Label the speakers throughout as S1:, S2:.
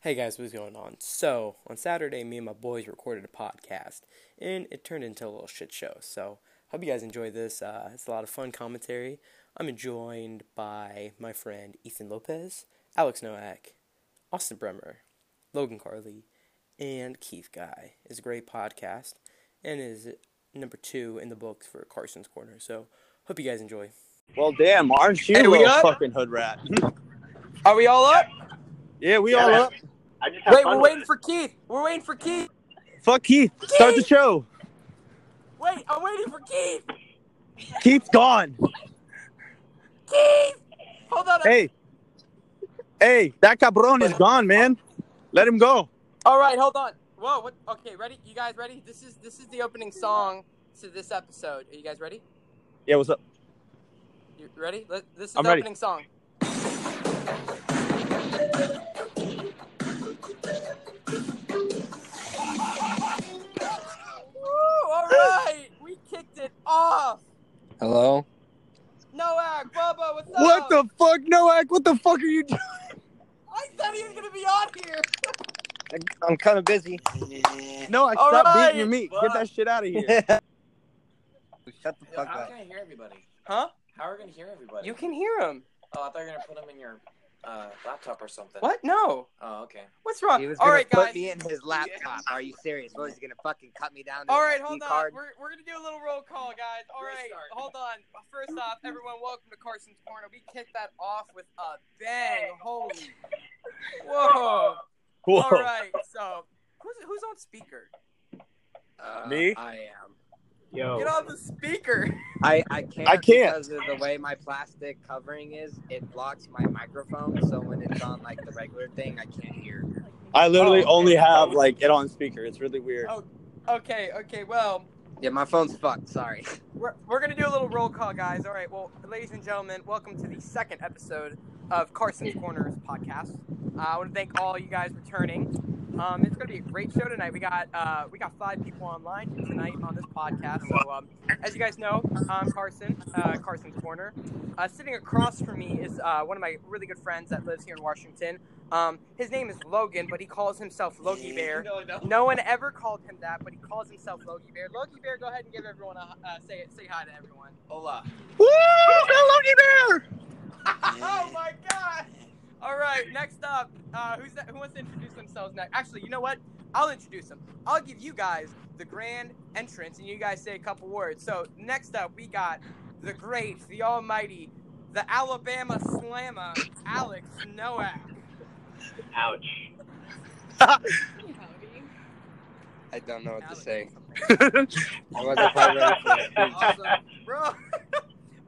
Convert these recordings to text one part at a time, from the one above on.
S1: Hey guys, what's going on? So, on Saturday, me and my boys recorded a podcast, and it turned into a little shit show. So, hope you guys enjoy this. Uh, it's a lot of fun commentary. I'm joined by my friend Ethan Lopez, Alex Noack, Austin Bremer, Logan Carley, and Keith Guy. It's a great podcast, and is number two in the books for Carson's Corner. So, hope you guys enjoy.
S2: Well, damn, aren't you
S3: Hey,
S2: a
S3: we
S2: little
S3: up?
S2: fucking hood rat?
S3: Are we all up?
S2: Yeah, we
S4: Yeah,
S2: all
S4: man.
S2: up.
S4: I just had
S3: Wait,
S4: fun
S3: we're
S4: with
S3: waiting for Keith. We're waiting for Keith.
S2: Fuck Keith. Start the show.
S3: Wait, I'm waiting for Keith.
S2: Keith's gone.
S3: Keith! Hold on.
S2: Hey, hey, that cabron is gone, man. Let him go.
S3: All right, hold on. Whoa, what? Okay, ready? You guys ready? This is this is the opening song to this episode. Are you guys ready?
S2: Yeah, what's up?
S3: You ready? Let, this is
S2: I'm
S3: the
S2: ready.
S3: opening song. Woo, all right, we kicked it off.
S5: Hello?
S3: Noak, Bubba, what's up?
S2: What the fuck, Noak? What the fuck are you doing?
S3: I thought he was gonna be on here.
S5: I'm kind of busy.
S2: Noak,
S3: All
S2: stop
S3: right.
S2: beating your meat. Get that shit out of here.
S5: Shut the
S6: Yo,
S5: fuck
S6: how are we
S5: up.
S6: gonna hear everybody?
S3: Huh?
S6: How are we gonna hear everybody?
S3: You can hear him.
S6: Oh, I thought you were gonna put them in your uh, laptop or something.
S3: What? No.
S6: Oh, okay.
S3: What's wrong?
S5: He was
S3: All
S5: gonna
S3: right,
S5: put
S3: guys.
S5: me in his laptop. Are you serious? What, is he gonna fucking cut me down? to
S3: All
S5: an
S3: right,
S5: SD
S3: hold on.
S5: card?
S3: We're, we're gonna do a little roll call, guys. All right,
S6: Restart.
S3: hold on. First off, everyone, welcome to Carson's Corner. We kicked that off with a bang. Holy, whoa!
S2: Whoa.
S3: All right, so who's who's on speaker?
S5: Uh,
S2: Me?
S5: I am.
S3: Get on the speaker.
S5: I, I can't.
S2: I can't.
S5: Because of the way my plastic covering is, it blocks my microphone. So when it's on like the regular thing, I can't hear.
S2: I literally
S3: Oh.
S2: only have like it on speaker. It's really weird.
S3: Oh. Okay, okay. Well,
S5: Yeah, my phone's fucked. Sorry.
S3: We're, we're gonna do a little roll call, guys. All right. Well, ladies and gentlemen, welcome to the second episode of Carson's Corners podcast. Uh, I want to thank all you guys returning. Um, it's gonna be a great show tonight. We got uh, we got five people online tonight on this podcast. So um, as you guys know, I'm Carson, uh, Carson's Corner. Uh, sitting across from me is uh, one of my really good friends that lives here in Washington. Um, his name is Logan, but he calls himself Logie Bear.
S6: No, I don't.
S3: No one ever called him that, but he calls himself Logie Bear. Logie Bear, go ahead and give everyone a uh, say say hi to everyone.
S6: Hola.
S2: Woo! Go Logie Bear!
S3: oh my god! All right, next up, uh, who's that, who wants to introduce themselves next? Actually, you know what? I'll introduce them. I'll give you guys the grand entrance, and you guys say a couple words. So next up, we got the great, the almighty, the Alabama Slammer, Alex Noack.
S4: Ouch.
S5: I don't know what to
S3: Alex.
S5: say. I wasn't quite ready for it.
S3: Awesome, bro.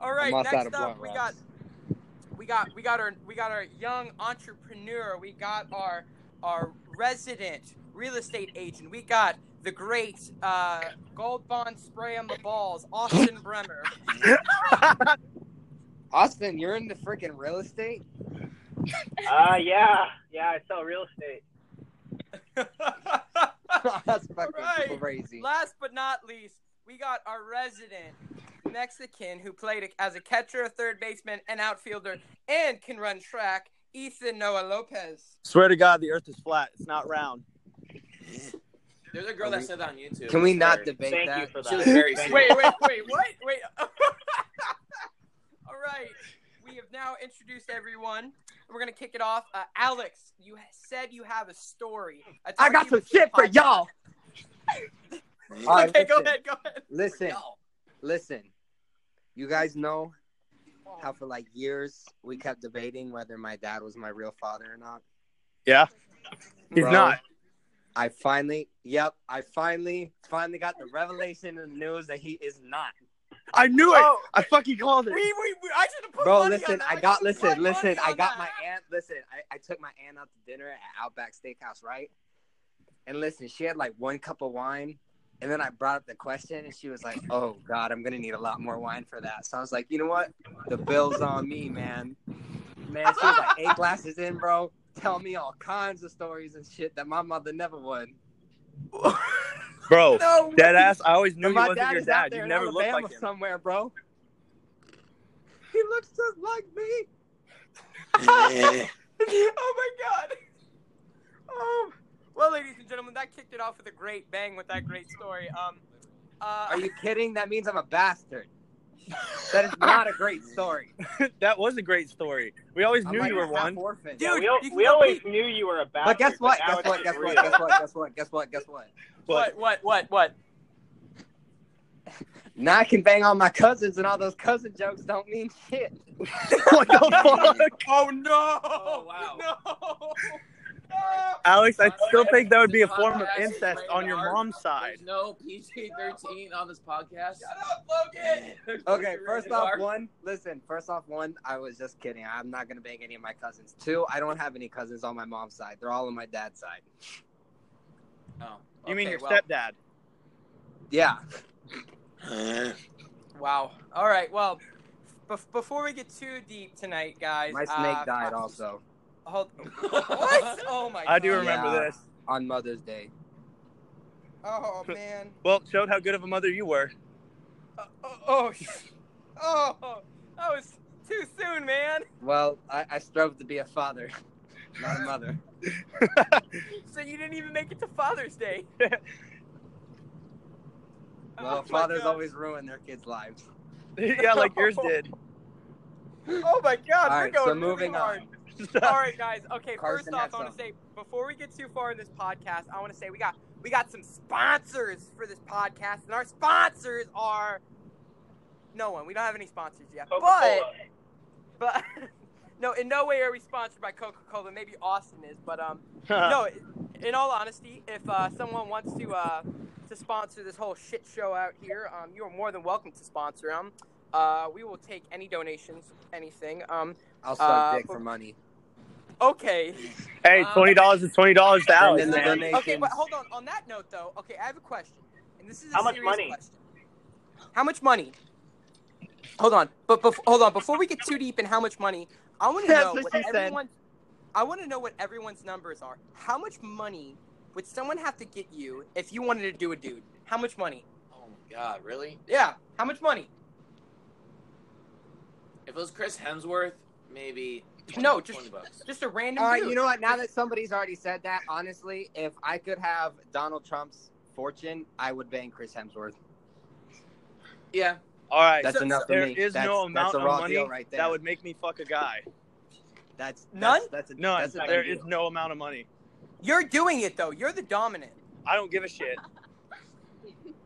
S3: All right,
S5: I'm almost out
S3: next
S5: of
S3: up,
S5: blunt
S3: we
S5: wraps.
S3: got we got we got our we got our young entrepreneur. We got our our resident real estate agent. We got the great uh, gold bond spray on the balls, Austin Bremer.
S5: Austin, you're in the freaking real estate.
S4: Uh, yeah, yeah. I sell real estate.
S5: That's fucking
S3: Right.
S5: crazy.
S3: Last but not least, we got our resident Mexican who played as a catcher, third baseman, and outfielder, and can run track. Ethan Noah Lopez.
S2: Swear to God, the earth is flat. It's not round.
S6: There's a girl that said that on YouTube.
S5: Can we not
S6: Sorry.
S5: debate
S4: Thank
S5: that?
S4: you for
S6: She
S4: that.
S6: was very
S4: Thank
S6: serious.
S3: wait, wait, wait, what? Wait. All right. We have now introduced everyone. We're going to kick it off. Uh, Alex, you ha- said you have a story. A
S5: I got
S3: Talking
S5: some
S3: with
S5: shit for
S3: podcast.
S5: y'all. All right,
S3: okay, go
S5: listen.
S3: ahead. Go ahead.
S5: Listen, listen. You guys know how for like years we kept debating whether my dad was my real father or not.
S2: Yeah. He's
S5: Bro,
S2: not.
S5: I finally, yep, I finally, finally got the revelation in the news that he is not.
S2: I knew it.
S3: Oh,
S2: I fucking called
S3: we,
S2: it.
S3: we, we, I should have put
S5: Bro,
S3: money on
S5: listen,
S3: that.
S5: I got,
S3: should've put
S5: listen,
S3: money
S5: listen, I
S3: on
S5: got my
S3: that.
S5: aunt, listen, I, I took my aunt out to dinner at Outback Steakhouse, right? And listen, she had like one cup of wine. And then I brought up the question and she was like, oh God, I'm going to need a lot more wine for that. So I was like, you know what? The bill's on me, man. Man, she was like eight glasses in, bro. Tell me all kinds of stories and shit that my mother never would.
S2: Bro,
S3: No,
S2: dead ass. I always knew
S5: And
S2: you
S5: my
S2: wasn't
S5: dad
S2: your
S5: is out
S2: dad.
S5: there
S2: You
S5: in
S2: never looked
S5: Alabama
S2: like him.
S5: somewhere, bro. He looks just like me.
S3: oh my god. that kicked it off with a great bang with that great story. Um, uh,
S5: Are you kidding? That means I'm a bastard. That is not a great story.
S2: that was a great story. We always
S5: I'm
S2: knew
S5: like
S2: you were
S5: a half
S2: one.
S5: orphan.
S3: Dude,
S4: we, al-
S3: you can
S4: we
S3: go
S4: always
S3: deep.
S4: knew you were a bastard.
S5: But guess what?
S4: now
S5: Guess
S4: it's
S5: what? Guess what?
S4: real.
S5: Guess what? Guess what? Guess what? Guess what?
S3: what? What? What? What?
S5: Now I can bang all my cousins, and all those cousin jokes don't mean shit.
S2: what the fuck?
S3: Oh no!
S6: Oh, wow.
S3: No!
S2: Alex, I still
S6: Podcast-
S2: think that would be a
S6: this
S2: form of
S6: podcast is
S2: incest
S6: rated
S2: on your
S6: R.
S2: mom's side.
S6: There's no PG thirteen on this podcast.
S3: Shut up, Logan!
S5: Okay, first off,
S6: one.
S5: one, listen, first off, one, I was just kidding. I'm not going to bang any of my cousins. Two, I don't have any cousins on my mom's side. They're all on my dad's side.
S6: Oh,
S2: You mean
S6: okay,
S2: your
S6: well,
S2: stepdad?
S5: Yeah.
S3: Wow. All right. Well, bef- before we get too deep tonight, guys.
S5: My snake
S3: uh,
S5: died
S3: uh,
S5: also
S3: Hold, what? Oh my.
S2: I do
S3: God.
S2: remember
S5: Yeah.
S2: this.
S5: on Mother's Day.
S3: Oh man.
S2: Well, showed how good of a mother you were.
S3: Oh, oh, oh, oh, that was too soon, man.
S5: Well, I, I strove to be a father, not a mother.
S3: So you didn't even make it to Father's Day. Oh
S5: Well,
S3: my
S5: fathers
S3: God.
S5: always ruin their kids' lives.
S2: yeah, like yours did.
S3: Oh my God,
S5: All
S3: we're
S5: right,
S3: going
S5: so
S3: really
S5: moving
S3: hard.
S5: on.
S3: All right, guys. Okay,
S5: Carson
S3: first off,
S5: has
S3: I want to
S5: some.
S3: say before we get too far in this podcast, I want to say we got we got some sponsors for this podcast, and our sponsors are no one. We don't have any sponsors yet,
S4: Coca-Cola.
S3: but but no, in no way are we sponsored by Coca Cola. Maybe Austin is, but um,
S5: Uh.
S3: no. In all honesty, if uh, someone wants to uh, to sponsor this whole shit show out here, um, you are more than welcome to sponsor them. Uh, we will take any donations, anything. Um,
S5: I'll suck
S3: Uh,
S5: dick for money.
S3: okay.
S2: Hey,
S3: Um,
S2: twenty dollars is twenty dollars to Alex,
S5: And then the
S2: man.
S5: donations.
S3: Okay, but hold on. On that note, though, okay, I have a question, and this is a
S4: How much
S3: serious
S4: money?
S3: Question. How much money? Hold on, but bef- hold on. Before we get too deep in how much money, I want to
S2: That's
S3: know
S2: what
S3: what
S2: she said.
S3: everyone. I want to know what everyone's numbers are. How much money would someone have to get you if you wanted to do a dude? How much money?
S6: Oh my god, really?
S3: Yeah, how much money?
S6: If it was Chris Hemsworth, maybe. 20,
S3: No, just-
S6: 20 bucks.
S3: Just a random
S5: All right,
S3: dude.
S5: Uh, you know what? Now that somebody's already said that, honestly, if I could have Donald Trump's fortune, I would bang Chris Hemsworth.
S6: Yeah.
S2: All right,
S5: That's
S3: So-
S5: enough for
S2: there
S5: me.
S2: is
S5: that's,
S2: no amount
S5: that's a
S2: of
S5: raw
S2: money
S5: deal right there.
S2: that would make me fuck a guy.
S5: That's that's-
S3: None?
S5: That's, a,
S2: None.
S5: That's a
S2: There
S5: done
S2: is
S5: deal.
S2: no amount of money.
S3: You're doing it though. You're the dominant.
S2: I don't give a shit.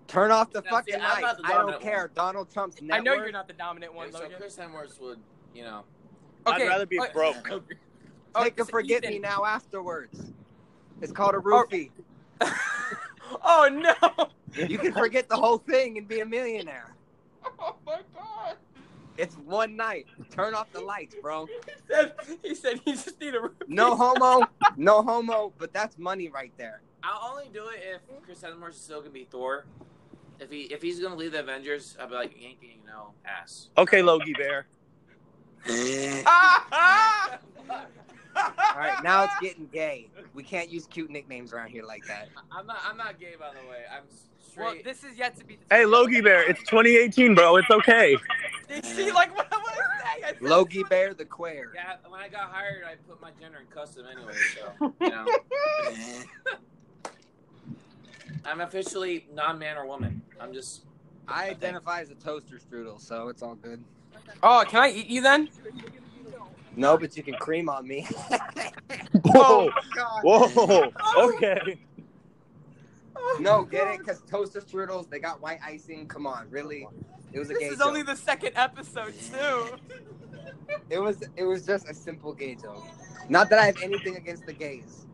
S5: Turn off the
S6: Now, see,
S5: fucking
S6: I'm
S5: lights.
S6: not the
S5: I don't
S6: dominant
S5: care. Donald Trump's net
S3: I know
S5: worth-
S3: you're not the dominant one,
S6: so
S3: Logan.
S6: Chris Hemsworth would, you know.
S3: Okay,
S2: I'd rather be
S3: okay,
S2: broke.
S5: Take
S3: okay,
S5: a
S3: so
S5: forget
S3: Ethan-
S5: me now afterwards. It's called a roofie.
S3: oh no!
S5: you can forget the whole thing and be a millionaire.
S3: Oh my god!
S5: It's one night. Turn off the lights, bro.
S3: He said he said he just need a
S5: No homo, no homo, but that's money right there.
S6: I'll only do it if Chris Hemsworth is still gonna be Thor. If he if he's gonna leave the Avengers, I'll be like you ain't getting no ass.
S2: Okay, Logie Bear.
S3: Ah!
S5: All right, now it's getting gay. We can't use cute nicknames around here like that.
S6: I'm not I'm not gay by the way. I'm straight.
S3: Well, this is yet to be.
S2: Hey, Logie Bear. It's 2018, bro. It's okay.
S3: Did she like what I want to say? I said-
S5: Logie Bear the Quare.
S6: yeah, when I got hired, I put my gender in custom anyway, so you know. I'm officially non man or woman. I'm just
S5: I identify as a toaster strudel, so it's all good.
S3: Oh, can I eat you then?
S5: No, but you can cream on me.
S2: Whoa,
S5: Oh, God.
S2: whoa. Oh. Okay.
S3: Oh,
S5: No, get it? Because toaster strudels, they got white icing. Come on, really? It was a
S3: This
S5: gay
S3: is
S5: joke.
S3: only the second episode too.
S5: It was it was just a simple gay joke. Not that I have anything against the gays.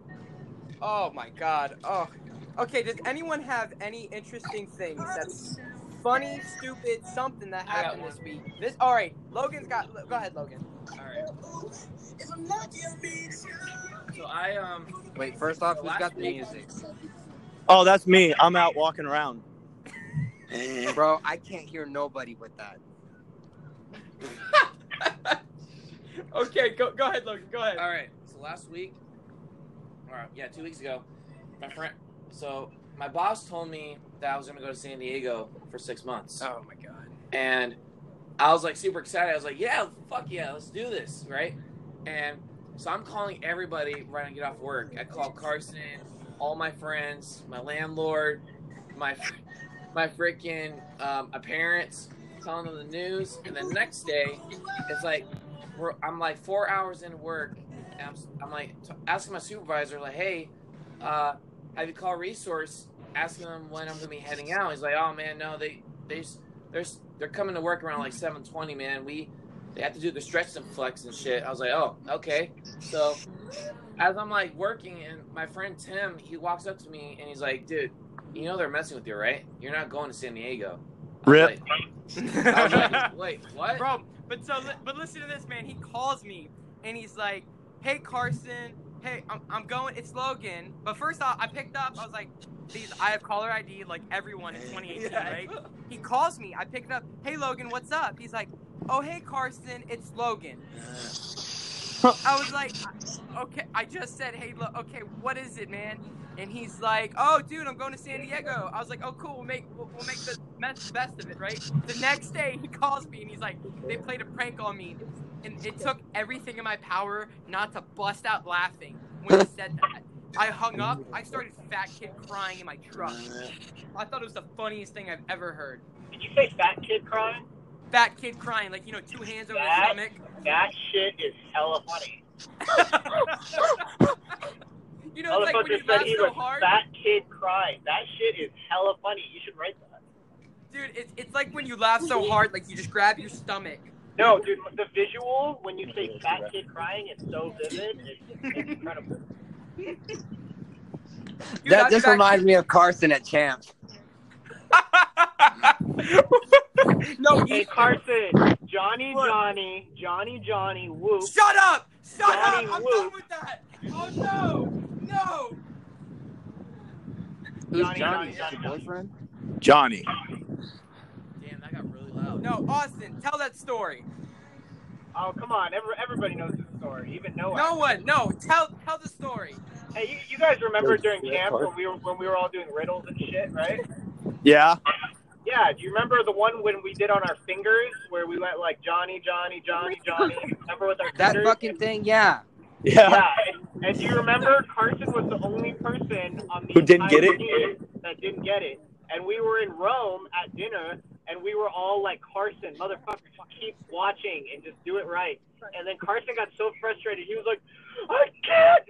S3: Oh my god. Oh. Okay. Does anyone have any interesting things that's funny, stupid, something that
S6: I got
S3: happened
S6: one.
S3: this week? This. All right. Logan's got. Go ahead, Logan.
S6: all right. So I um
S5: Wait, first off, who's got the music?
S2: Oh, that's me. I'm out walking around.
S5: Bro, I can't hear nobody with that.
S3: Okay. Go. Go ahead, Logan. Go ahead.
S6: All right. So last week, all right, yeah, two weeks ago, my friend. So my boss told me that I was gonna go to San Diego for six months,
S3: Oh my god.
S6: and I was like super excited. I was like, yeah, fuck yeah, let's do this, right? And so I'm calling everybody right when I get off work. I called Carson. all my friends, my landlord, my my freaking um, my parents, telling them the news, and the next day, it's like we're, I'm like four hours into work, and I'm, I'm like t- asking my supervisor like, hey, uh, have you called resource? Asking them when I'm gonna be heading out. He's like, oh man, no, they they s- they're s- they're coming to work around like 7:20, man. We they have to do the stretch and flex and shit. I was like, oh, okay. So as I'm like working, and my friend Tim, he walks up to me and he's like, dude, you know they're messing with you, right? You're not going to San Diego. I was
S2: Rip.
S6: like- I was like, wait, what?
S3: bro. But so, li- but listen to this, man. He calls me and he's like, "Hey, Carson. Hey, I'm, I'm going. It's Logan." But first off, I picked up. I was like, "Please, I have caller ID like everyone in 2018, right?" He calls me. I pick it up. Hey, Logan, what's up? He's like, "Oh, hey, Carson. It's Logan." I was like, okay, I just said, hey, look, okay, what is it, man? And he's like, oh, dude, I'm going to San Diego. I was like, oh, cool, we'll make we'll, we'll make the best best of it, right? The next day, he calls me and he's like, they played a prank on me, and it took everything in my power not to bust out laughing when he said that. I hung up. I started fat kid crying in my truck. I thought it was the funniest thing I've ever heard.
S4: Did you say fat kid crying?
S3: Fat kid crying, like you know, two hands over
S4: Fat?
S3: the stomach.
S4: That shit is hella funny.
S3: you know, it's like when you
S4: Motherfucker
S3: laugh
S4: said he
S3: so
S4: was
S3: hard.
S4: fat kid crying. That shit is hella funny. You should write that.
S3: Dude, it's, it's like when you laugh so hard, like you just grab your stomach.
S4: No, dude, the visual when you say fat kid crying is so vivid. It's, it's incredible.
S3: Dude,
S5: that
S3: I'd
S5: just
S3: back-
S5: reminds me of Carson at Champs.
S3: no,
S4: Hey
S3: you,
S4: Carson, Johnny, Johnny, Johnny, Johnny, whoop.
S3: shut up! Shut
S4: Johnny
S3: up! I'm
S4: Woo.
S3: done with that! Oh no! No!
S5: Who's Johnny?
S4: Johnny, Johnny,
S5: Is that your
S4: Johnny.
S5: boyfriend?
S2: Johnny.
S6: Damn, that got really loud.
S3: No, Austin, tell that story.
S4: Oh come on, every, everybody knows this story, even Noah.
S3: No one, no, tell tell the story.
S4: Hey, you, you guys remember during camp when we were when we were all doing riddles and shit, right?
S2: Yeah.
S4: Yeah. Do you remember the one when we did on our fingers where we went like Johnny, Johnny, Johnny, Johnny? Remember with our
S5: That
S4: fingers?
S5: fucking thing, yeah.
S2: Yeah.
S4: Yeah, and, and do you remember Carson was the only person on the
S2: Who didn't
S4: entire
S2: get it?
S4: team That didn't get it. And we were in Rome at dinner, and we were all like, Carson, motherfucker, just keep watching and just do it right. And then Carson got so frustrated, he was like, I can't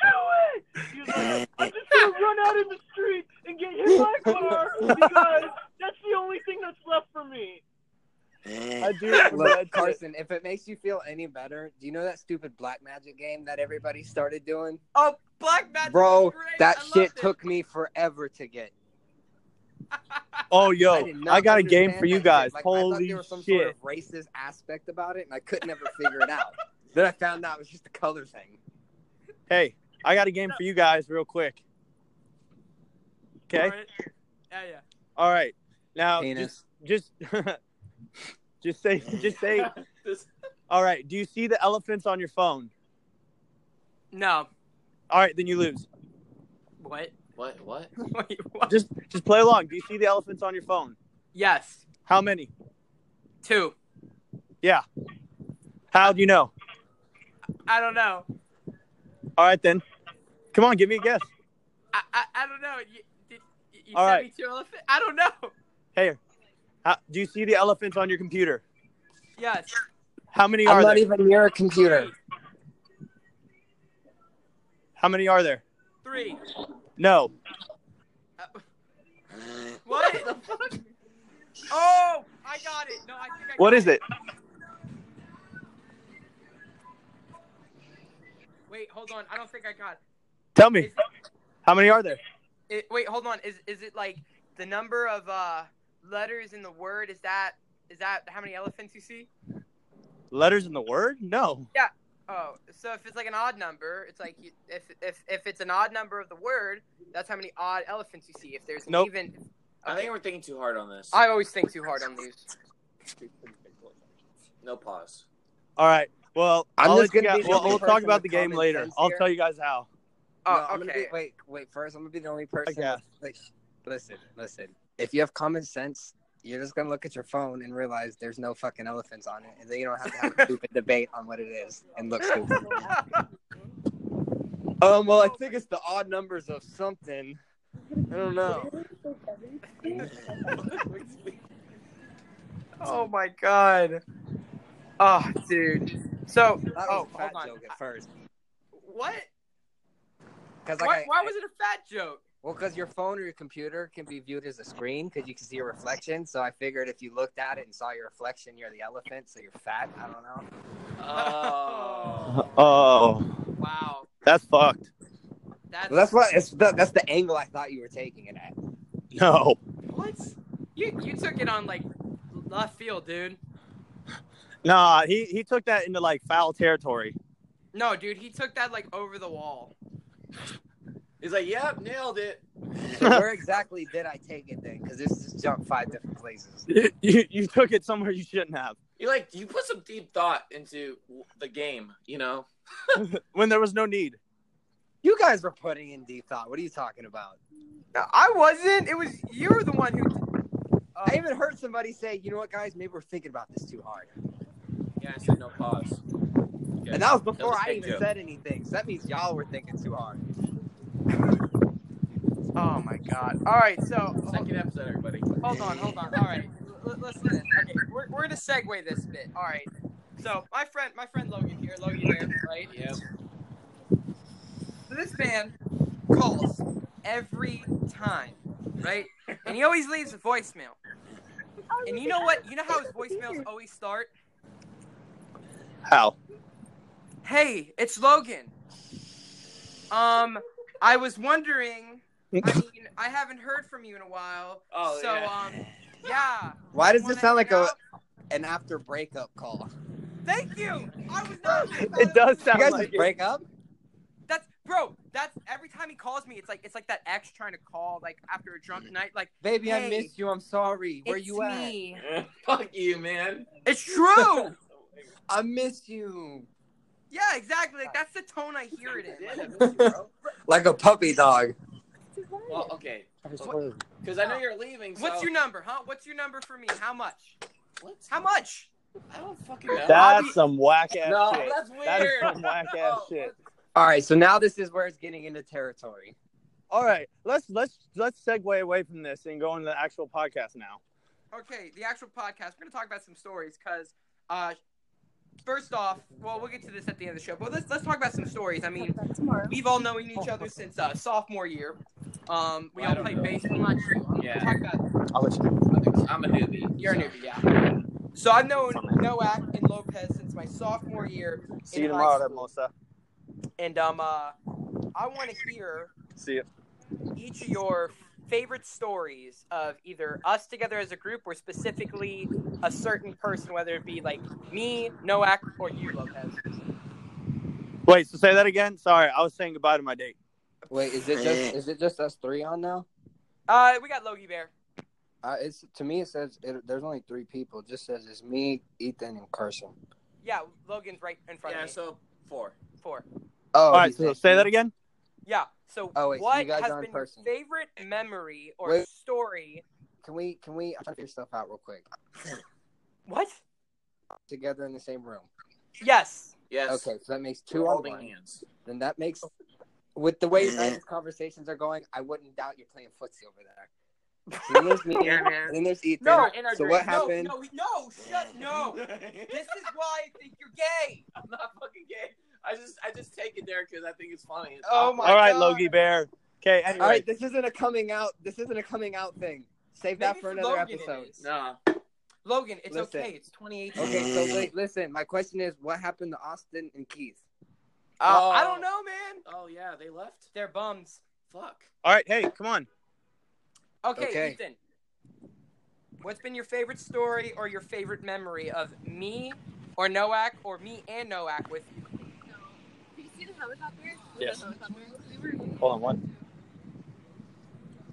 S4: do it. He was like, I'm just gonna run out in the street and get hit by a car because that's the only thing that's left for me.
S2: I do.
S5: Look, Carson, if it makes you feel any better, do you know that stupid black magic game that everybody started doing?
S3: Oh, Black Magic
S5: Bro,
S3: was great.
S5: that
S3: I loved
S5: shit
S3: it.
S5: took me forever to get.
S2: Oh,
S5: I
S2: yo,
S5: did not
S2: I got a game
S5: understand
S2: for you
S5: that shit.
S2: guys.
S5: Like, I thought
S2: Holy
S5: there was some
S2: shit.
S5: sort of racist aspect about it, and I couldn't ever figure it out. Then I found out it was just a color thing.
S2: Hey, I got a game for you guys real quick. Okay.
S3: Alright. Yeah, yeah.
S2: All right. Now,
S5: Penis.
S2: just just, just say just say
S6: This-
S2: all right. Do you see the elephants on your phone?
S3: No.
S2: All right, then you lose.
S3: What?
S6: What? What?
S3: Wait, what?
S2: Just just play along. Do you see the elephants on your phone?
S3: Yes.
S2: How many?
S3: Two.
S2: How do you know?
S3: I don't know.
S2: All right then. Come on, give me a guess.
S3: I I, I don't know. You, did, you sent
S2: All right.
S3: me two elephant? I don't know.
S2: Hey, how, do you see the elephants on your computer?
S3: Yes.
S2: How many
S5: I'm
S2: are
S5: not
S2: there?
S5: even near a computer.
S2: How many are there?
S3: Three.
S2: No.
S3: What the fuck? Oh, I got it. No, I think I.
S2: What
S3: got
S2: is it?
S3: Wait, hold on. I don't think I got
S2: Tell
S3: it.
S2: me.
S3: Is
S2: How many are there?
S3: it wait, hold on. Is is it like the number of uh letters in the word? Is that is that how many elephants you see?
S2: Letters in the word? No.
S3: Oh, so if it's like an odd number, it's like you, if if if it's an odd number of the word, that's how many odd elephants you see. If there's an
S2: Nope.
S3: even,
S6: I think we're thinking too hard on this.
S3: I always think too hard on these.
S6: No pause.
S2: All right. Well,
S5: I'm
S2: I'll
S5: just
S2: let you
S5: gonna be
S2: guys-
S5: the
S2: we'll,
S5: only
S2: we'll talk
S5: person
S2: about
S5: with
S2: the game
S5: common
S2: later.
S5: sense
S2: I'll
S5: here.
S2: tell you guys how.
S5: No,
S3: Oh,
S5: I'm gonna
S3: okay.
S5: be, wait, wait. First, I'm gonna be the only person.
S2: guess.
S5: Like, listen, listen. If you have common sense, you're just gonna look at your phone and realize there's no fucking elephants on it, and then you don't have to have a stupid debate on what it is and look stupid. Um, well, I think it's the odd numbers of something. I don't know.
S3: Oh my god. Oh, dude. So,
S5: That
S3: oh,
S5: was a fat
S3: hold on.
S5: joke at first.
S3: What?
S5: Cause like,
S3: Why,
S5: I,
S3: why was it a fat joke?
S5: well, because your phone or your computer can be viewed as a screen because you can see your reflection. So I figured if you looked at it and saw your reflection, you're the elephant, so you're fat. I don't know.
S6: Oh.
S2: Oh,
S3: Wow.
S2: that's fucked.
S3: That's,
S5: Well, that's what it's the, that's the angle I thought you were taking it at.
S2: No.
S3: What? You you took it on like left field, dude.
S2: Nah, he, he took that into like foul territory.
S3: No, dude, he took that like over the wall.
S6: He's like, yep, nailed it.
S5: So where exactly did I take it then? Because this just jumped five different places.
S2: You, you, you took it somewhere you shouldn't have.
S6: You like you put some deep thought into the game, you know.
S2: When there was no need.
S5: You guys were putting in deep thought. What are you talking about?
S3: No, I wasn't. It was you were the one who. Uh,
S5: I even heard somebody say, "You know what, guys? Maybe we're thinking about this too hard."
S6: Yeah, I said no pause. Yeah.
S5: And that was before
S6: was
S5: I
S6: big
S5: even
S6: joke.
S5: said anything. So that means y'all were thinking too hard.
S3: oh my god. All right, so
S6: Second episode, everybody.
S3: Hold on, hold on. All right, L- l- listen. to this. Okay, we're, we're gonna segue this bit. All right. So my friend, my friend Logan here, Logan here, right?
S6: Yep.
S3: So this man calls every time, right? And he always leaves a voicemail. And you know what? You know how his voicemails always start?
S2: How?
S3: Hey, it's Logan. Um, I was wondering. I mean, I haven't heard from you in a while.
S6: Oh,
S3: so
S6: yeah.
S3: um, yeah.
S5: Why does
S3: Wanna
S5: this sound like
S3: hang
S5: a
S3: out?
S5: an after breakup call?
S3: Thank you. I was not.
S2: It does
S5: You
S2: sound
S5: guys
S2: like
S5: just break up?
S3: That's bro. That's every time he calls me. It's like it's like that ex trying to call like after a drunk night. Like
S5: Baby, I
S3: Hey,
S5: missed you. I'm sorry. Where
S3: it's
S5: you at?
S3: me.
S6: Fuck you, man.
S3: It's true.
S5: I missed you.
S3: yeah, exactly. Like that's the tone I hear it in.
S6: Yeah, miss you, bro.
S5: Like a puppy dog.
S6: Well, okay,
S5: What?
S6: because I know you're leaving. So
S3: What's your number, huh? What's your number for me? How much?
S6: What's-
S3: How much?
S6: I don't fucking know.
S2: That's some whack ass
S6: no,
S2: shit.
S6: that's weird.
S2: That is some whack ass
S6: Oh,
S2: shit.
S5: All right, so now this is where it's getting into territory.
S2: All right, let's let's let's segue away from this and go into the actual podcast now.
S3: Okay, the actual podcast. We're gonna talk about some stories because, uh, first off, well, we'll get to this at the end of the show. But let's let's talk about some stories. I mean,
S7: tomorrow.
S3: we've all known each other since uh, sophomore year. Um, we
S6: Well, I
S3: all
S6: don't
S3: played
S6: know.
S3: baseball. Not you. I'm
S6: Yeah.
S3: talking about
S2: I'll let you.
S6: I'm a newbie.
S3: You're a
S6: so.
S3: newbie, yeah. So I've known Noack and Lopez since my sophomore year,
S2: See you
S3: In high
S2: tomorrow, then,
S3: school.
S2: Melissa.
S3: and um, uh, I want to hear
S2: See you.
S3: each of your favorite stories of either us together as a group or specifically a certain person, whether it be like me, Noack, or you, Lopez.
S2: Wait, so say that again. Sorry, I was saying goodbye to my date.
S5: Wait, is it just is it just us three on now?
S3: Uh, we got Logie Bear.
S5: Uh, it's to me. It says it, there's only three people. It just says it's me, Ethan, and Carson.
S3: Yeah, Logan's right in front
S6: Yeah,
S3: of me.
S6: so four.
S3: Four.
S5: Oh,
S2: All right,
S5: he
S2: so
S5: said
S2: say
S5: me.
S2: that again.
S3: Yeah. So
S5: Oh, wait, so
S3: what
S5: you guys
S3: has
S5: are in
S3: been your
S5: person.
S3: favorite memory or
S5: Wait.
S3: story?
S5: Can we? Can we? I'm trying to figure stuff out real quick.
S3: What?
S5: Together in the same room.
S3: Yes.
S6: Yes.
S5: Okay, so that makes
S6: Two
S5: two on
S6: holding
S5: one.
S6: hands.
S5: Then that makes with the way these conversations are going, I wouldn't doubt you're playing footsie over there. So then there's me,
S6: Yeah, man.
S5: then there's Ethan.
S3: No,
S5: so what
S3: no,
S5: happened?
S3: No, no, shut no. This is why I think you're gay.
S6: I'm not fucking gay. I just I just take it there because I think it's funny. It's
S3: Oh
S6: awkward.
S3: my
S2: All right,
S3: God.
S2: Logie Bear. Okay, anyway.
S5: All right, this isn't a coming out. This isn't a coming out thing. Save that
S3: Maybe
S5: for
S3: for
S5: another
S3: Logan it
S5: episode.
S3: is.
S6: No.
S3: Logan, it's
S5: Listen.
S3: okay. It's 2018.
S5: Okay, so wait, listen. My question is, what happened to Austin and Keith?
S3: Uh,
S6: Oh.
S3: I don't know, man.
S6: Oh yeah, they left.
S3: They're bums.
S6: Fuck.
S2: All right, hey, come on.
S3: Okay,
S5: Okay.
S3: Ethan. What's been your favorite story or your favorite memory of me or Noack or me and Noack with you?
S7: Did you see the helicopter?
S2: Yes.
S7: The helicopter? We were-
S2: Hold on, one.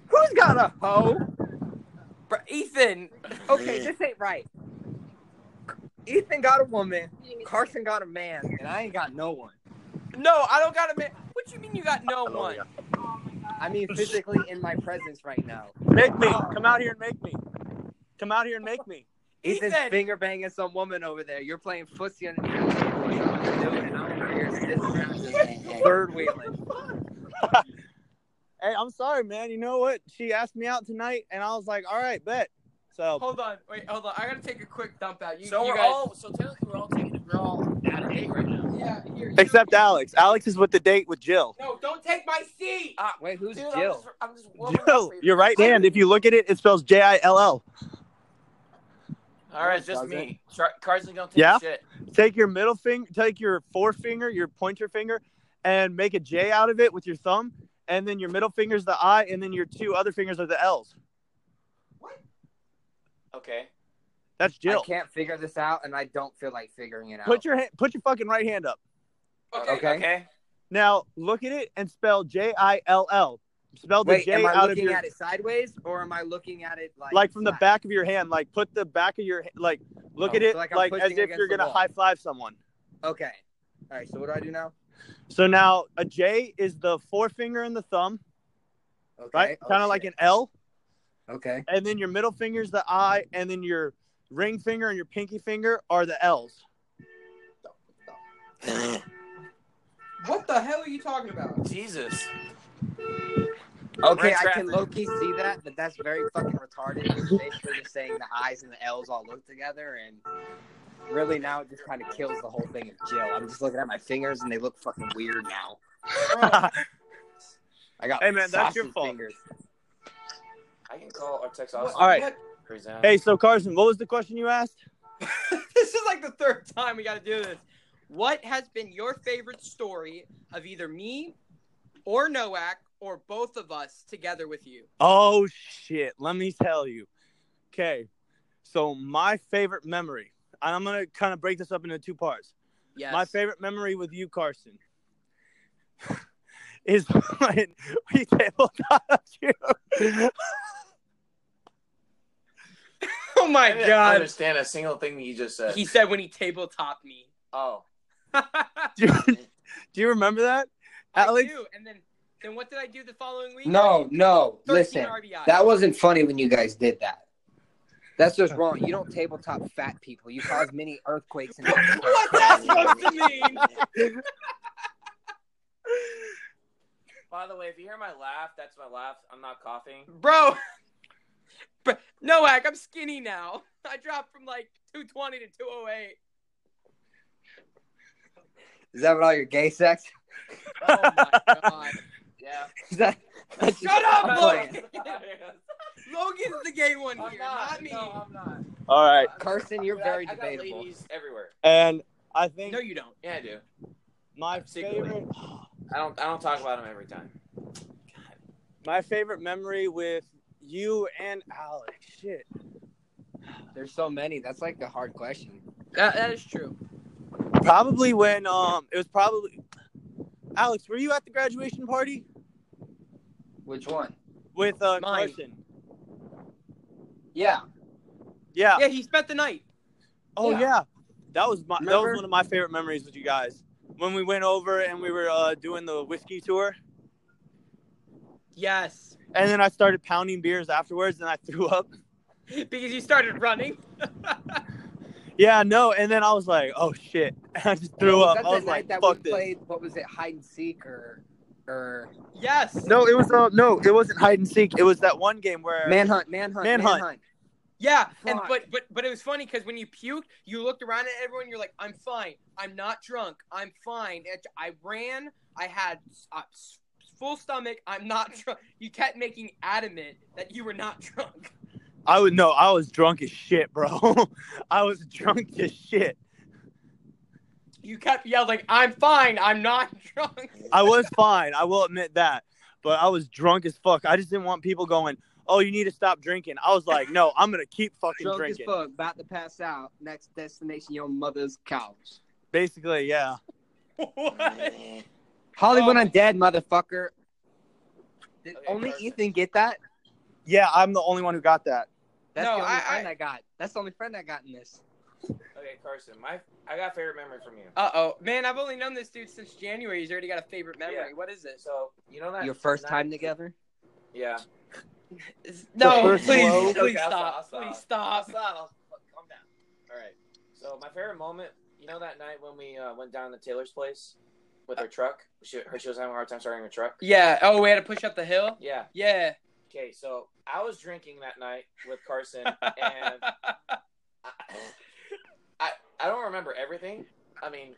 S5: Who's got a hoe?
S3: Bro, Ethan.
S5: Okay, this ain't right. Ethan got a woman. Carson got a man, and I ain't got no one.
S3: No, I don't got a man. What you mean you got no one?
S5: I mean, physically in my presence right now.
S2: Make me come out here and make me. Come out here and make me.
S5: Ethan's
S3: Ethan!
S5: finger banging some woman over there. You're playing footsie underneath. the table. I don't know what I'm doing. I don't know. years. This round is third wheeling.
S2: Hey, I'm sorry, man. You know what? She asked me out tonight, and I was like, all right, bet. So
S3: Hold on, wait, hold on. I gotta take a quick dump out. You,
S6: so
S3: you
S6: we're
S3: guys,
S6: all so technically we're all taking we're all out of date right now.
S3: Yeah, here, you-
S2: except Alex. Alex is with the date with Jill.
S3: No, don't take my seat.
S6: Uh,
S5: Wait, who's
S6: dude, I'm
S5: Jill?
S6: just, I'm just warming up
S2: Jill,
S6: for you.
S2: your right hand. If you look at it, it spells J I L L.
S6: All right, just me. Char- Carson gonna take
S2: Yeah?
S6: shit.
S2: Take your middle finger, take your forefinger, your pointer finger, and make a J out of it with your thumb, and then your middle finger's the I, and then your two other fingers are the L's.
S6: Okay.
S2: That's Jill.
S5: I can't figure this out, and I don't feel like figuring it out.
S2: Put your hand, put your fucking right hand up.
S3: Okay.
S5: Okay.
S6: Okay.
S2: Now look at it and spell J I L L. Spell the
S5: Wait,
S2: J
S5: am I
S2: out of
S5: looking
S2: your
S5: at it sideways, or am I looking at it like
S2: like from the
S5: flat?
S2: back of your hand. Like put the back of your like look
S5: Oh,
S2: at it
S5: so
S2: like,
S5: like I'm
S2: as
S5: pushing
S2: if
S5: against
S2: you're
S5: the
S2: gonna
S5: wall.
S2: high five someone.
S5: Okay. All right. So what do I do now?
S2: So now a J is the forefinger and the thumb,
S5: Okay.
S2: right?
S5: oh,
S2: kind of like
S5: shit.
S2: an L,
S5: Okay.
S2: and then your middle finger's the I, and then your ring finger and your pinky finger are the L's.
S3: What the hell are you talking about?
S6: Jesus.
S5: Okay,
S6: in
S5: I
S6: traffic.
S5: can low key see that, but that's very fucking retarded. It's basically just saying the I's and the L's all look together, and really now it just kind of kills the whole thing of Jill. I'm just looking at my fingers, and they look fucking weird now. I got
S2: Hey, man, that's your
S5: sausage
S2: fault.
S5: Fingers.
S6: I can call or text
S3: What-
S6: Austin.
S2: All right.
S3: what-
S6: Figures out.
S2: hey, so Carson, what was the question you asked?
S3: this is like the third time we gotta do this. What has been your favorite story of either me or Noak or both of us together with you?
S2: Oh shit, let me tell you. Okay. So my favorite memory, and I'm gonna kind of break this up into two parts.
S3: Yes.
S2: My favorite memory with you, Carson, is when we tabletop you.
S3: Oh my
S6: I didn't
S3: god.
S6: understand a single thing that you just said.
S3: He said when he tabletop me.
S6: oh.
S3: I
S2: Do you, do you remember that? Alex,
S3: do. And then then what did I do the following week?
S5: No, no,
S3: 13
S5: listen.
S3: RBI.
S5: That wasn't funny when you guys did that. That's just wrong. You don't tabletop fat people. You cause many earthquakes. And
S3: What's that supposed to mean?
S6: By the way, if you hear my laugh, that's my laugh. I'm not coughing.
S3: Bro. Bro, Noak, I'm skinny now. I dropped from like 220 to 208.
S5: Is that what all your gay sex?
S3: Oh my god.
S6: Yeah.
S5: Is that, that's just-
S3: Shut up,
S5: I'm
S3: Logan.
S5: playing.
S3: Logan's the gay one
S6: I'm
S3: here, not,
S6: not.
S3: me.
S6: No, I'm not.
S2: all right.
S5: Carson, you're
S6: But I-
S5: very
S6: I,
S5: debatable.
S6: got ladies everywhere.
S2: And I think
S3: No, you don't.
S6: Yeah, I do.
S2: my
S6: Secretly.
S2: favorite
S6: I don't. I don't talk about them every time.
S2: my favorite memory with you and Alex. Shit.
S5: There's so many. That's like the hard question.
S3: That, that is true.
S2: Probably when um it was probably Alex, were you at the graduation party
S5: Which one?
S2: with uh
S3: Mine.
S2: Carson?
S5: Yeah.
S2: Yeah.
S3: Yeah, he spent the night.
S2: Oh yeah.
S5: Yeah.
S2: That was my that
S5: Remember?
S2: was one of my favorite memories with you guys. When we went over and we were uh, doing the whiskey tour
S3: Yes.
S2: and then I started pounding beers afterwards and I threw up.
S3: Because you started running.
S2: Yeah, no, and then I was like, "Oh shit." And I just threw
S5: Was
S2: up.
S5: that
S2: I
S5: the
S2: was like,
S5: night that
S2: "Fuck
S5: we
S2: this."
S5: played, What was it? Hide and seek or or
S3: Yes.
S2: No, it was uh, no, it wasn't hide and seek. It was that one game where
S5: manhunt? Manhunt.
S2: Manhunt.
S3: Yeah. And
S5: Fuck.
S3: but but but it was funny because when you puked, you looked around at everyone. You're like, I'm fine. I'm not drunk. I'm fine. And I ran. I had a s- full stomach. I'm not drunk. You kept making adamant that you were not drunk.
S2: I would no, I was drunk as shit, bro. I was drunk as shit.
S3: You kept yelling, "I'm fine. I'm not drunk."
S2: I was fine. I will admit that. But I was drunk as fuck. I just didn't want people going, "Oh, you need to stop drinking." I was like, "No, I'm gonna keep fucking
S5: Drunk as
S2: drinking."
S5: fuck, about to pass out. Next destination, your mother's couch.
S2: Basically, yeah.
S3: what?
S5: Hollywood, I'm dead, motherfucker. Oh. Did
S6: Okay,
S5: only
S6: Carson.
S5: Ethan get that?
S2: Yeah, I'm the only one who got that.
S5: That's
S3: No,
S5: the only
S3: I-
S5: friend
S3: I-
S5: I, got. That's the only friend I got in this.
S6: Okay, Carson. My I got favorite memory from you.
S3: Uh oh, man! I've only known this dude since January. He's already got a favorite memory.
S6: Yeah.
S3: What is this?
S6: So you know that
S5: Your first
S6: night-
S5: time together?
S6: Yeah.
S3: It's- No,
S2: first
S3: please,
S2: blow?
S3: please
S6: Okay, I'll
S3: stop,
S6: stop, I'll
S3: please
S6: I'll
S3: stop.
S6: stop. I'll- calm down. All right. So my favorite moment, you know that night when we uh, went down to Taylor's place with her truck. She, her, she was having a hard time starting her truck.
S3: Yeah. Oh, we had to push up the hill.
S6: Yeah.
S3: Yeah.
S6: Okay, so I was drinking that night with Carson, and I, I I don't remember everything. I mean,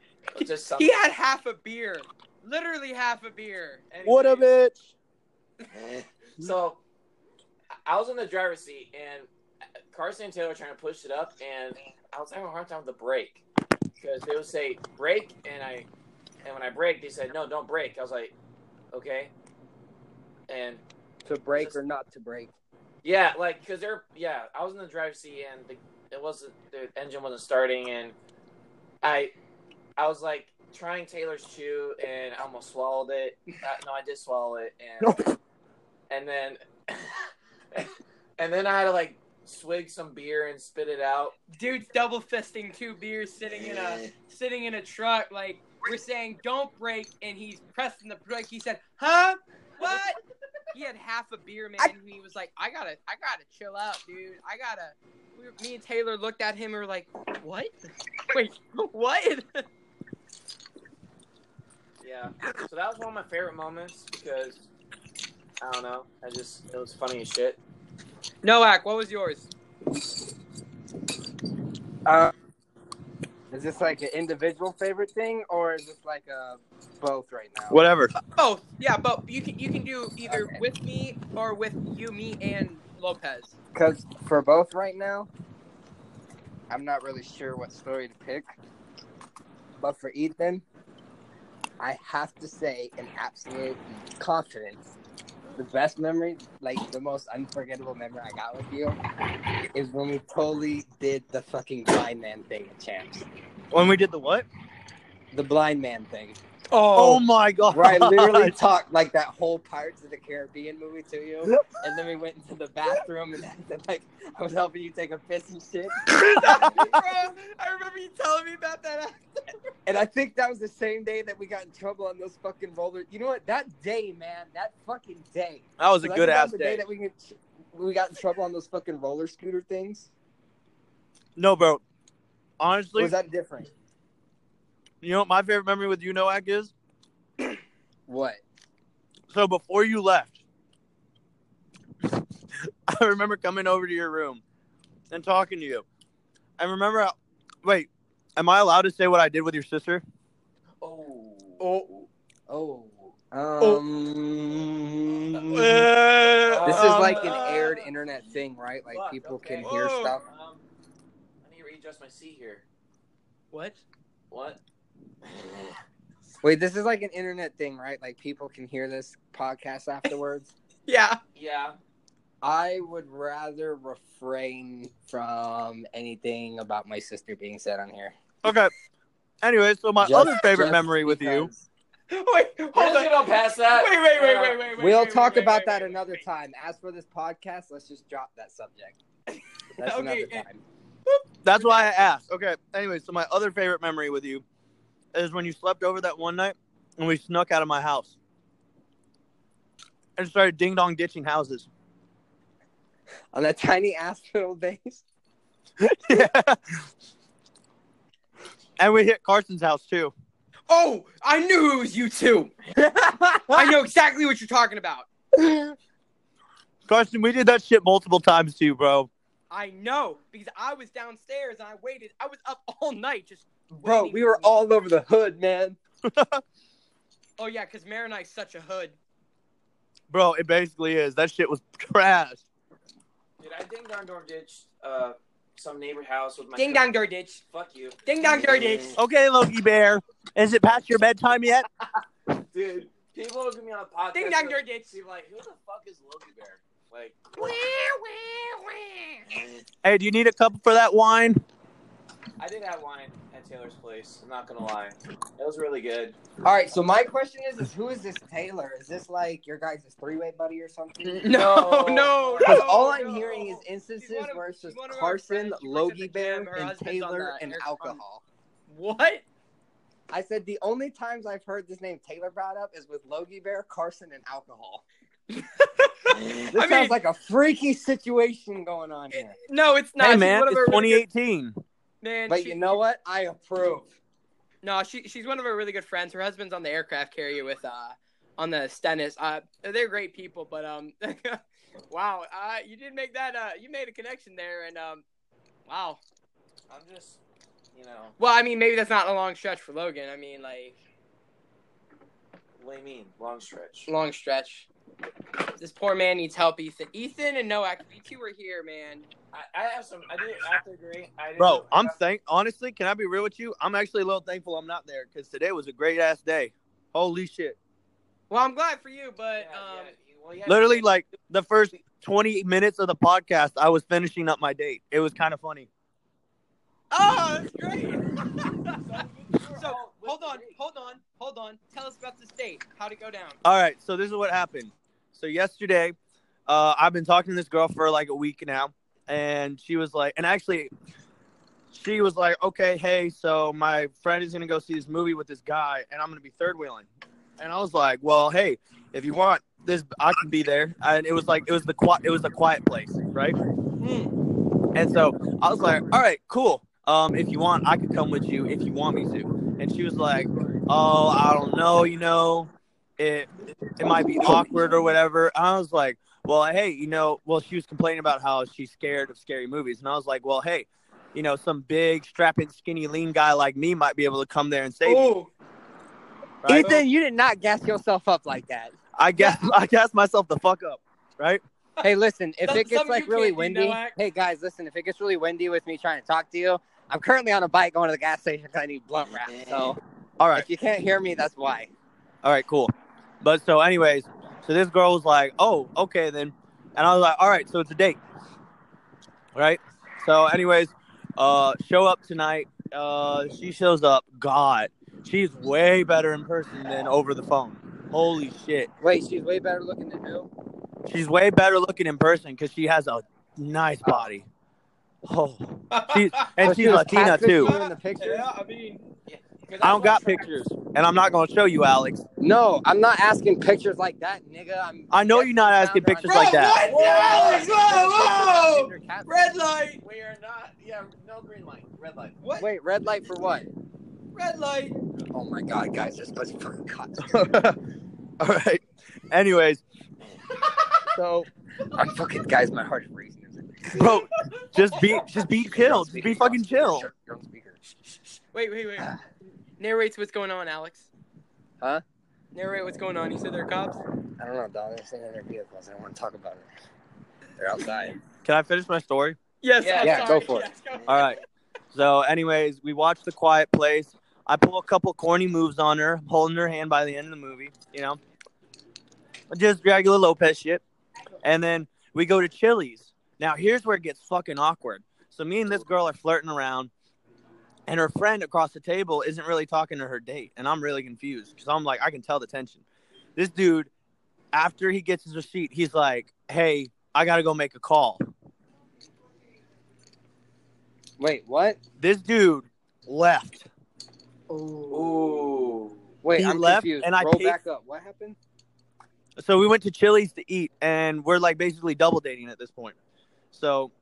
S6: just something.
S3: he had half a beer, literally half a beer.
S2: What a
S3: Anyways.
S2: bitch.
S6: so I- I was in the driver's seat, and Carson and Taylor were trying to push it up, and I was having a hard time with the brake because they would say brake, and I and when I brake, they said no, don't brake. I was like, okay, and
S5: To break or not to break.
S6: yeah, like because they're yeah, I was in the driver's seat and the, it wasn't the engine wasn't starting, and I I was like trying Taylor's chew and I almost swallowed it. Uh, no, I did swallow it, and and then and then I had to like swig some beer and spit it out.
S3: Dude's double fisting two beers sitting in a sitting in a truck. Like we're saying, don't break, and he's pressing the brake. He said, "Huh? What?" he had half a beer, man. and he was like, "I gotta, I gotta chill out, dude. I gotta." We were- me and Taylor looked at him and were like, "What? Wait, what?"
S6: Yeah, so that was one of my favorite moments because I don't know, I just it was funny as shit.
S3: Noak, what was yours?
S5: Uh, is this like an individual favorite thing or is this like a both right now?
S2: Whatever.
S3: Oh, yeah, but you can you can do either
S5: Okay.
S3: with me or with you, me, and Lopez.
S5: Because for both right now, I'm not really sure what story to pick. But for Ethan, I have to say, in absolute confidence, the best memory, like the most unforgettable memory I got with you, is when we totally did the fucking blind man thing at Champs.
S2: When we did the what?
S5: The blind man thing.
S2: Oh, my god.
S5: Where I literally talked like that whole Pirates of the Caribbean movie to you. And then we went into the bathroom and like I was helping you take a piss and shit.
S3: I remember you telling me about that.
S5: And I think that was the same day that we got in trouble on those fucking rollers. You know what? That day, man, that fucking day.
S2: That was a
S5: Like,
S2: good
S5: remember
S2: ass
S5: the
S2: day.
S5: that we get- we got in trouble on those fucking roller scooter things.
S2: No, bro.
S5: Or
S2: Honestly,
S5: Was that different?
S2: you know what my favorite memory with you, Noak, is?
S5: What?
S2: So before you left, I remember coming over to your room and talking to you. I remember. How, wait, am I allowed to say what I did with your sister?
S6: Oh,
S2: Oh,
S5: Oh. Um, This is like
S3: Um,
S5: an aired internet thing, right? Like
S6: Fuck,
S5: people
S6: okay.
S5: can hear
S2: Whoa.
S5: stuff.
S6: um, I need to readjust my seat here.
S3: What?
S6: What?
S5: Wait, this is like an internet thing, right? Like people can hear this podcast afterwards.
S3: Yeah.
S6: Yeah.
S5: I would rather refrain from anything about my sister being said on here.
S2: Okay. Anyway, so my
S5: Just-
S2: other favorite
S5: just
S2: memory with you.
S5: because-
S3: Wait,
S6: We're
S3: hold
S6: just
S3: on.
S6: gonna pass that. Uh,
S3: Wait, wait, wait, wait, wait, wait.
S5: We'll
S3: wait,
S5: talk
S3: wait,
S5: about
S3: wait,
S5: that
S3: wait,
S5: another
S3: wait.
S5: time. As for this podcast, let's just drop that subject. That's
S3: Okay,
S5: another
S3: and-
S5: time.
S2: That's why I asked. Okay. Anyway, so my other favorite memory with you is when you slept over that one night and we snuck out of my house and started ding dong ditching houses.
S5: On that tiny ass little days.
S2: yeah. And we hit Carson's house too.
S3: Oh, I knew it was you two. I know exactly what you're talking about.
S2: Carson, we did that shit multiple times too, bro.
S3: I know because I was downstairs and I waited. I was up all night just.
S5: Bro,
S3: waiting
S5: we
S3: for
S5: were
S3: you.
S5: all over the hood, man.
S3: Oh yeah, because Maronite's such a hood.
S2: Bro, it basically is. That shit was trash.
S6: Dude, I ding dong door ditched uh, some neighbor house with my
S3: Ding dong door ditch.
S6: Fuck you,
S3: Ding dong door ditch.
S2: Okay, Loki Bear. Is it past your bedtime yet?
S6: dude. People look at me on the podcast.
S3: Ding dong
S6: and
S3: door ditch.
S6: see, like, who the fuck is Loki Bear? Like,
S2: Hey, do you need a cup for that wine?
S6: I did have wine at Taylor's place. I'm not gonna lie, it was really good.
S5: All right, so my question is, is who is this Taylor? Is this like your guys' three-way buddy or something?
S3: No, no,
S5: Because
S3: no,
S5: all I'm
S3: no.
S5: hearing is instances
S3: She's one of-
S5: where it's just
S3: she's one of our
S5: Carson,
S3: friends. She works at
S5: Logie
S3: the
S5: Bear,
S3: gym. Her
S5: and
S3: husband's on
S5: Taylor,
S3: the
S5: and
S3: air- on-
S5: alcohol.
S3: What?
S5: I said the only times I've heard this name Taylor brought up is with Logie Bear, Carson, and alcohol. this
S3: I
S5: sounds
S3: mean-
S5: like a freaky situation going on here.
S3: No, it's not.
S2: hey,
S3: She's
S2: man,
S3: one of
S2: it's
S3: our really good-
S2: 2018.
S3: Man,
S5: but
S3: she-
S5: you know what? I approve.
S3: No, she she's one of our really good friends. Her husband's on the aircraft carrier with uh on the Stennis. Uh, they're great people, but um, wow, uh, you did make that uh, you made a connection there, and um, wow.
S6: I'm just, you know,
S3: Well, I mean, maybe that's not a long stretch for Logan. I mean, like
S6: what do you mean? Long stretch.
S3: long stretch. This poor man needs help, Ethan. Ethan and Noah, you two are here, man.
S6: I, I have some. I do. I have to agree. I do,
S2: Bro, I'm
S6: I-
S2: thank. Honestly, can I be real with you? I'm actually a little thankful I'm not there because today was a great ass day. Holy shit!
S3: Well, I'm glad for you, but
S6: yeah,
S3: um,
S6: yeah, you- well, you have to
S2: Literally,
S6: think-
S2: like the first 20 minutes of the podcast, I was finishing up my date. It was kind of funny.
S3: oh, that's great.
S6: we're
S3: so
S6: all with
S3: hold
S6: the
S3: on,
S6: date.
S3: hold on, hold on. Tell us about this date. How'd it go down?
S2: All right, so this is what happened. So yesterday, uh, I've been talking to this girl for like a week now, and she was like, and actually, she was like, okay, hey, so my friend is gonna go see this movie with this guy, and I'm gonna be third wheeling. And I was like, well, hey, if you want this, I can be there. And it was like, it was the quiet, it was the quiet place, right?
S5: Hmm.
S2: And so I was like, all right, cool. Um, if you want, I could come with you if you want me to. And she was like, oh, I don't know, you know, it it might be awkward or whatever. I was like, well, hey, you know, well, she was complaining about how she's scared of scary movies, and I was like, well, hey, you know, some big, strapping, skinny, lean guy like me might be able to come there and save you.
S3: Oh,
S2: Right?
S5: Ethan, you did not gas yourself up like that.
S2: I guess I guess myself the fuck up, right?
S5: Hey, listen, if
S3: Some-
S5: it gets
S3: some
S5: like
S3: you
S5: really
S3: can't do,
S5: windy,
S3: Noak.
S5: hey guys, listen, if it gets really windy with me trying to talk to you, I'm currently on a bike going to the gas station because I need blunt wrap. So
S2: All right.
S5: if you can't hear me, that's why.
S2: All right, cool. But so, anyways, so this girl was like, "Oh, okay then," and I was like, "All right, so it's a date, right?" So, anyways, uh, show up tonight. Uh, she shows up. God, she's way better in person than over the phone. Holy shit,
S5: Wait, she's way better looking than who?
S2: she's way better looking in person because she has a nice body. Oh, she's and
S5: So she
S2: she's
S5: was
S2: Latina
S5: catfishing
S2: too.
S5: you in the pictures?
S8: Yeah, I mean, yeah, 'cause
S2: I don't
S8: that's
S2: got
S8: what I'm trying-
S2: pictures, and I'm not gonna show you, Alex.
S5: No, I'm not asking pictures like that, nigga. I'm,
S2: I know
S5: Yes,
S2: you're not
S5: you
S2: asking
S5: found her on
S2: pictures like that.
S6: Whoa, Alex, whoa,
S5: Tinder cat-
S8: Red light,
S6: We are not. Yeah, no green light. Red light.
S8: what?
S5: Wait, red light for what?
S8: Red light.
S5: Oh my god, guys, this was fucking cut.
S2: All right. Anyways, so
S5: I'm fucking, guys, my heart is racing.
S2: bro, just be just be chill, just be fucking chill.
S5: You're on speaker.
S3: Wait, wait, wait. Narrates what's going on, Alex.
S5: Huh?
S3: Narrate what's going on. You said they're cops.
S5: I don't know, dog. They're sitting in their vehicles. I don't want to talk about it. They're outside.
S2: Can I finish my story?
S3: Yes.
S6: Yeah,
S3: I'm
S5: yeah,
S3: sorry.
S5: go for it.
S3: Yes, go-
S2: All right. So, anyways, we watched The Quiet Place. I pull a couple corny moves on her, holding her hand by the end of the movie. You know, just regular Lopez shit. And then we go to Chili's. Now, here's where it gets fucking awkward. So, me and this girl are flirting around, and her friend across the table isn't really talking to her date. And I'm really confused because I'm like, I can tell the tension. This dude, after he gets his receipt, he's like, hey, I got to go make a call.
S5: Wait, what?
S2: This dude left.
S6: Ooh.
S5: Wait,
S2: He
S5: I'm
S2: left,
S5: confused.
S2: and I
S5: Roll
S2: paid-
S5: back up. What happened?
S2: so we went to Chili's to eat, and we're like basically double dating at this point. So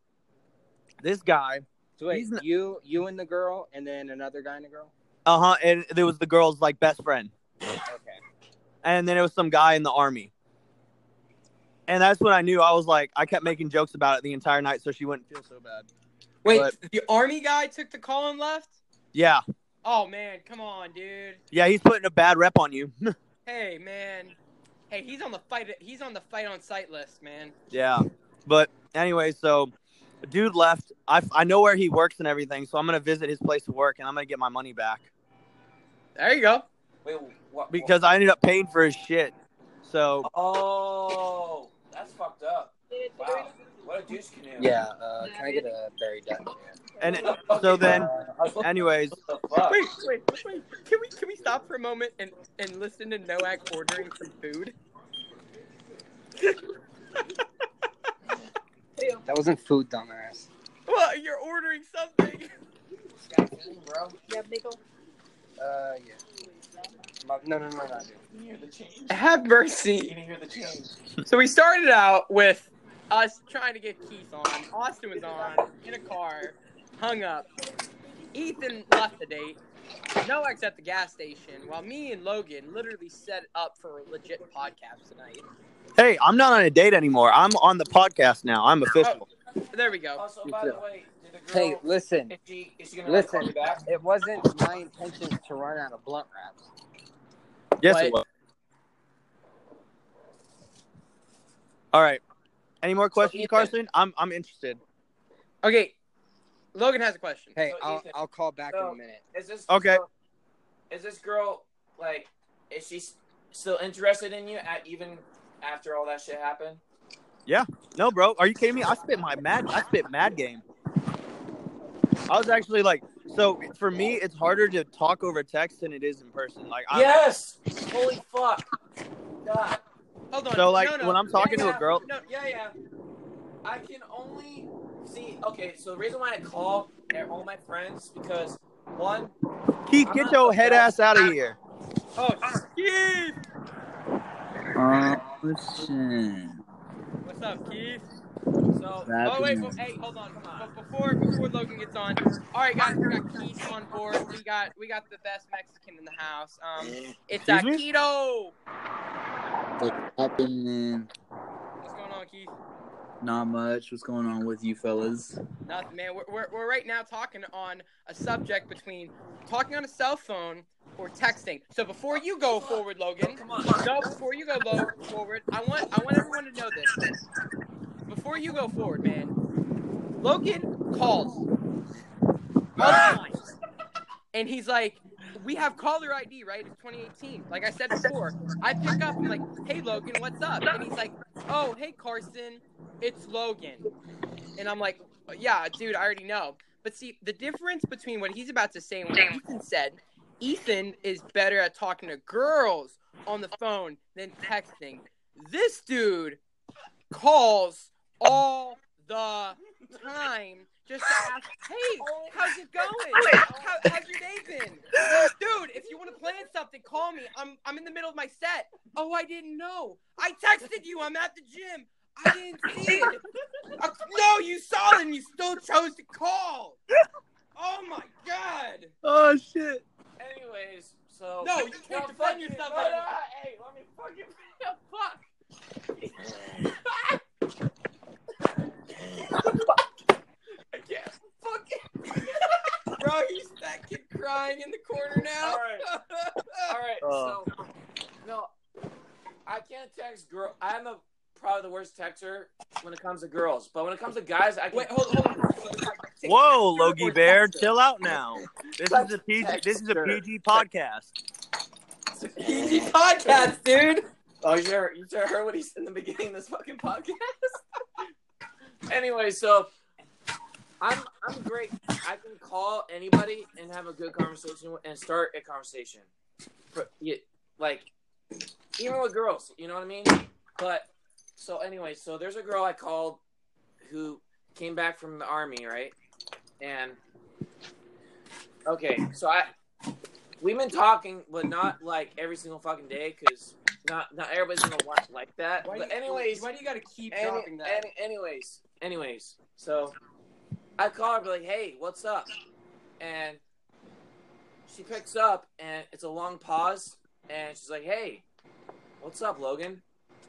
S2: this guy,
S5: So wait,
S2: He's not-
S5: you, you and the girl, and then another guy and a girl.
S2: uh huh, and there was the girl's like best friend,
S5: Okay.
S2: and then it was some guy in the army. And that's when I knew I was like, I kept making jokes about it the entire night, so she wouldn't feel so bad.
S3: Wait,
S2: But-
S3: the army guy took the call and left.
S2: Yeah,
S3: Oh man, come on, dude.
S2: yeah, he's putting a bad rep on you.
S3: Hey man. Hey, he's on the fight. He's on the fight on site list, man.
S2: Yeah. But anyway, so dude left. I, I know where he works and everything, so I'm gonna visit his place of work and I'm gonna get my money back
S3: There you go.
S6: Wait, what?
S2: because I ended up paying for his shit. So
S6: Oh, that's fucked up. Wow. What a douche canoe.
S5: Yeah. Uh, can I get a berry Uh, duck?
S2: and so then, anyways,
S6: What the fuck?
S3: Wait, wait, wait. Can we can we stop for a moment and and listen to Noak ordering some food?
S5: That wasn't food, dumbass.
S3: Well, you're ordering something.
S6: bro.
S5: Uh, yeah. My- No, no, no, no. dude.
S6: Can you hear the change?
S3: Have mercy.
S6: Can you hear the change?
S3: So we started out with us trying to get Keith on. Austin was on in a car, hung up. Ethan left the date. Noah's at the gas station while me and Logan literally set up for a legit podcast tonight.
S2: Hey, I'm not on a date anymore. I'm on the podcast now. I'm official.
S3: There we go.
S6: Also, Oh, by the way, did the girl,
S5: Hey, listen,
S6: is she, is she gonna like, call me
S5: listen.
S6: back?
S5: It wasn't my intention to run out of blunt wraps.
S2: yes, it was. All right. Any more questions,
S6: Ethan-
S2: Carson? I'm I'm interested.
S3: Okay, Logan has a question.
S5: Hey,
S6: So,
S5: I'll,
S6: Ethan,
S5: I'll call back in
S6: so-
S5: a minute.
S6: Is this
S2: Okay.
S6: girl- is this girl like? Is she s- still interested in you at even after all that shit happened?
S2: No, bro, are you kidding me? I spit my mad. I spit mad game. I was actually like, so for me, it's harder to talk over text than it is in person. Like, I,
S6: yes. Holy fuck. God.
S3: Hold on.
S2: So, like,
S3: No, no.
S2: when I'm talking
S3: Yeah,
S2: to a
S3: yeah.
S2: girl,
S3: No,
S6: Yeah, yeah. I can only see. Okay, so the reason why I call they're all my friends because one,
S2: Keith, get your head ass out of here.
S3: oh, Keith!
S6: Uh,
S5: Listen,
S3: What's up, Keith?
S6: so
S3: Oh wait, well, hey, hold on, come on. But before before Logan gets on, all right, guys, we got Keith on board. We got we got the best Mexican in the house. Um, it's
S2: Excuse me?
S3: Aquito.
S5: what's happening?
S3: What's going on, Keith?
S5: Not much. What's going on with you fellas?
S3: Nothing, man. We're, we're we're right now talking on a subject between talking on a cell phone or texting. So before you go forward, Logan,
S6: come on.
S3: No, before you go low forward, I want I want everyone to know this. Before you go forward, man, Logan calls all
S6: Ah!
S3: the time, and he's like, "We have caller ID, right? It's 2018." Like I said before, I pick up. I'm like, "Hey, Logan, what's up?" And he's like, "Oh, hey, Carson, it's Logan," and I'm like, "Yeah, dude, I already know." But see, the difference between what he's about to say and what Ethan said, Ethan is better at talking to girls on the phone than texting. This dude calls all the time just to ask, hey, how's it going? How, how's your day been? Dude, if you want to plan something, call me. I'm, I'm in the middle of my set. Oh, I didn't know. I texted you. I'm at the gym. I didn't see it. Uh, no, you saw it and you still chose to call. Oh my god.
S2: Oh shit!
S6: Anyways, so
S3: No, you can't
S6: Well,
S3: defend
S6: fuck you. No,
S3: yourself
S6: no,
S3: anymore.
S6: hey, let me fucking fuck.
S3: Bro, he's that kid crying in the corner now.
S6: All All right,
S2: Oh.
S6: so no, I can't text girl. I'm a probably the worst texter when it comes to girls, but when it comes to guys, I can.
S3: Wait, hold, hold on.
S2: Whoa, Logie Bear, chill out now. This is a PG. This is a
S6: Texter.
S2: PG podcast.
S3: PG podcast, dude.
S6: Oh, you sure? You sure heard what he said in the beginning of this fucking podcast? anyway, so I'm I'm great. I can call anybody and have a good conversation with- and start a conversation. For- yeah, Like even with girls, you know what I mean. But so anyway, so there's a girl I called who came back from the army, right? And okay, so I we've been talking, but not like every single fucking day because not not everybody's gonna want like that.
S3: Why do
S6: but
S3: you-
S6: anyways,
S3: why do you gotta keep
S6: any-
S3: dropping that?
S6: any- anyways, anyways, so I call her, be like, "Hey, what's up?" And she picks up, and it's a long pause, and she's like, "Hey, what's up, Logan?"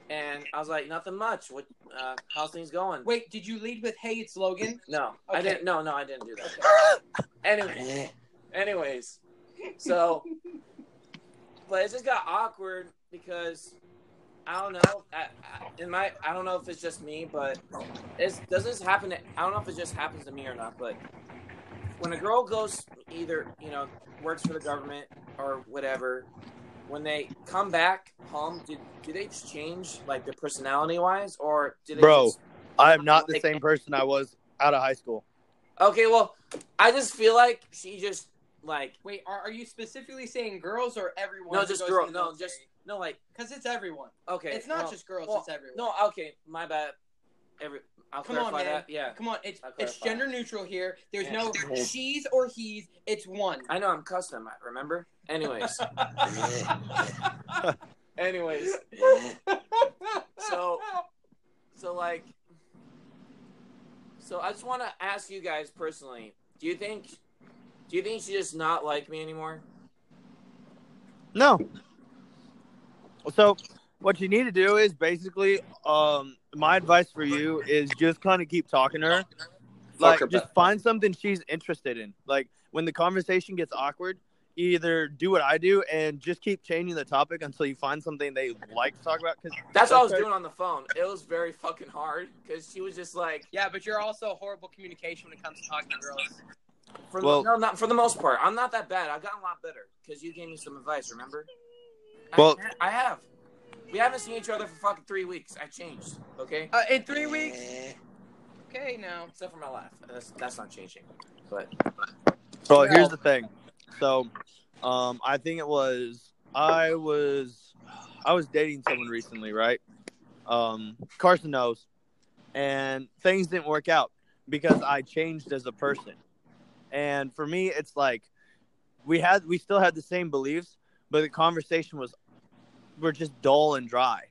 S6: And I was like, "Nothing much. What? Uh, how's things going?"
S3: Wait, did you lead with "Hey, it's Logan"?
S6: No, I
S3: Okay.
S6: didn't. No, no, I didn't do that. anyway, anyways, so, but it just got awkward because I don't know. I, I, in my, I don't know if it's just me, but it's, does this happen? To, I don't know if it just happens to me or not, but when a girl goes either you know works for the government or whatever, when they come back home, do, do they just change like their personality wise, or do they
S2: Bro.
S6: just
S2: I am not the same person I was out of high school.
S6: Okay, well, I just feel like she just like
S3: Wait, are, are you specifically saying girls or everyone?
S6: no, just girl, no, just no, like
S3: because it's everyone.
S6: okay,
S3: it's not
S6: well,
S3: just girls,
S6: well,
S3: it's everyone.
S6: no, okay, my bad. Every I'll
S3: Come on,
S6: clarify
S3: man.
S6: that. Yeah,
S3: Come on, it's
S6: I'll
S3: it's
S6: clarify.
S3: gender neutral here. There's
S6: Yeah.
S3: no she's or he's. It's one.
S6: I know I'm custom. I Remember, anyways, anyways, So- so like, so I just want to ask you guys personally: Do you think Do you think she just not like me anymore?
S2: No. So, what you need to do is basically, um, my advice for you is just kind of keep talking to her. Like,
S6: her
S2: just find something she's interested in. Like, when the conversation gets awkward, either do what I do and just keep changing the topic until you find something they like to talk about. Because
S6: That's what I was doing on the phone. It was very fucking hard because she was just like,
S3: Yeah, but you're also a horrible communication when it comes to talking to girls.
S6: for
S2: Well-
S6: the, no, not for the most part. I'm not that bad. I've gotten a lot better because you gave me some advice. Remember?
S2: Well-
S6: I, I have. We haven't seen each other for fucking three weeks. I changed. Okay.
S3: Uh, in three weeks?
S6: Eh.
S3: Okay, now.
S6: Except for my laugh. That's that's not changing. But
S2: Well, here's the thing. So, um, I think it was I was I was dating someone recently, right? Um, Carson knows, and things didn't work out because I changed as a person. And for me, it's like we had we still had the same beliefs, but the conversation was were just dull and dry.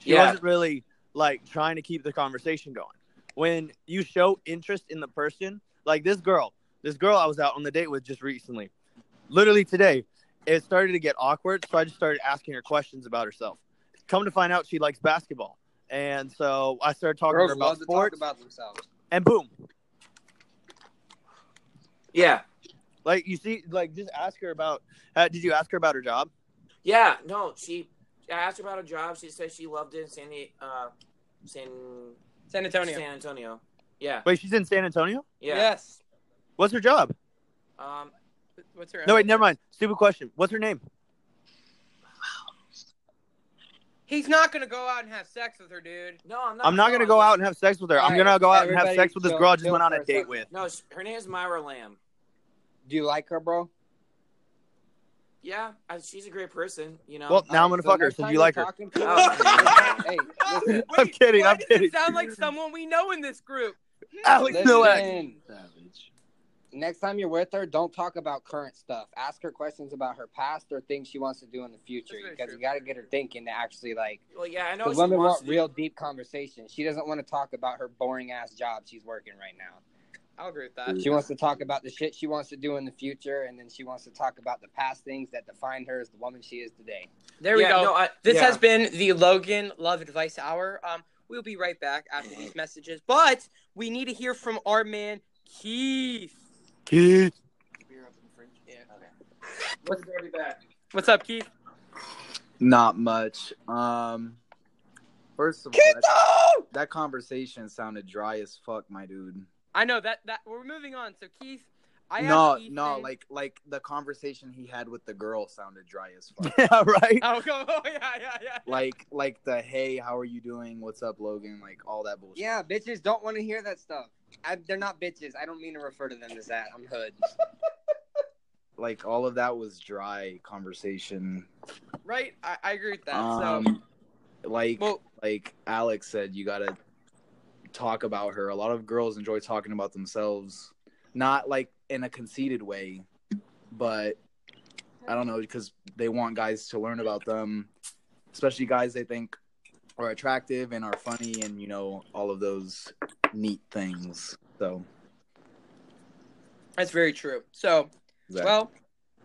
S2: She
S6: Yeah.
S2: wasn't really like trying to keep the conversation going. When you show interest in the person, like this girl, this girl I was out on the date with just recently, literally today, it started to get awkward. So I just started asking her questions about herself. Come to find out, she likes basketball, and so I started talking to her
S5: Girls
S2: about
S5: love to talk
S2: sports,
S5: about themselves.
S2: and boom,
S6: yeah,
S2: like you see, like just ask her about. Uh, did you ask her about her job?
S6: yeah. No, she. I asked her about her job. She said she loved it in San Di- uh, San
S3: San Antonio.
S6: San Antonio. Yeah,
S2: Wait, she's in San Antonio.
S6: yeah.
S3: Yes.
S2: What's her job?
S6: Um,
S3: What's her
S2: No, wait, never mind. Stupid question. What's her name?
S3: He's not going to go out and have sex with her, dude.
S6: no, I'm not.
S2: I'm not
S6: no,
S2: gonna go out and have sex with her. I'm gonna go out and have
S5: Everybody
S2: sex with this
S5: chill-
S2: girl I just
S5: chill
S2: went on
S5: for
S2: a
S5: a
S2: date
S5: second.
S2: with.
S6: No, sh- her name is Myra Lamb.
S5: Do you like her, bro?
S6: Yeah, I, she's a great person. You know.
S2: Well, now I'm gonna
S5: Alright, so
S2: fuck her
S5: next
S2: since
S5: time
S2: you
S5: you're
S2: like her.
S5: talking to
S6: Oh.
S5: hey, listen,
S2: I'm kidding,
S3: why
S2: I'm
S3: does
S2: kidding.
S3: It sound like someone we know in this group.
S2: Alex Nowak.
S5: listen. Savage. Next time you're with her, don't talk about current stuff. Ask her questions about her past or things she wants to do in the future
S3: That's very
S5: because
S3: true.
S5: you got to get her thinking to actually like.
S6: Well, yeah, I know.
S5: The
S6: she
S5: women
S6: wants
S5: want
S6: to do-
S5: real deep conversation. She doesn't want to talk about her boring ass job she's working right now.
S3: I'll agree with that.
S5: She wants to talk about the shit she wants to do in the future, and then she wants to talk about the past things that define her as the woman she is today.
S3: There we
S6: Yeah,
S3: go.
S6: no, I-
S3: This
S6: yeah.
S3: has been the Logan Love Advice Hour. Um, we'll be right back after these messages, but we need to hear from our man Keith.
S6: Let's be back.
S3: What's up, Keith?
S9: Not much. Um, first of all, that, that conversation sounded dry as fuck, my dude.
S3: I know that that we're moving on. So Keith, I
S9: no,
S3: asked
S9: no,
S3: Ethan-
S9: like like the conversation he had with the girl sounded dry as fuck.
S2: Yeah, right.
S3: oh, go, oh yeah, yeah, yeah.
S9: like like the hey, how are you doing? What's up, Logan? Like all that bullshit.
S5: Yeah, bitches don't want to hear that stuff. I, they're not bitches. I don't mean to refer to them as that. I'm hood.
S9: Like all of that was dry conversation.
S3: Right, I, I agree with that. so
S9: Um, like
S3: well,
S9: like Alex said, you gotta talk about her. A lot of girls enjoy talking about themselves, not like in a conceited way, but I don't know because they want guys to learn about them, especially guys they think are attractive and are funny and you know all of those neat things. So
S3: that's very true. So
S9: that-
S3: Well,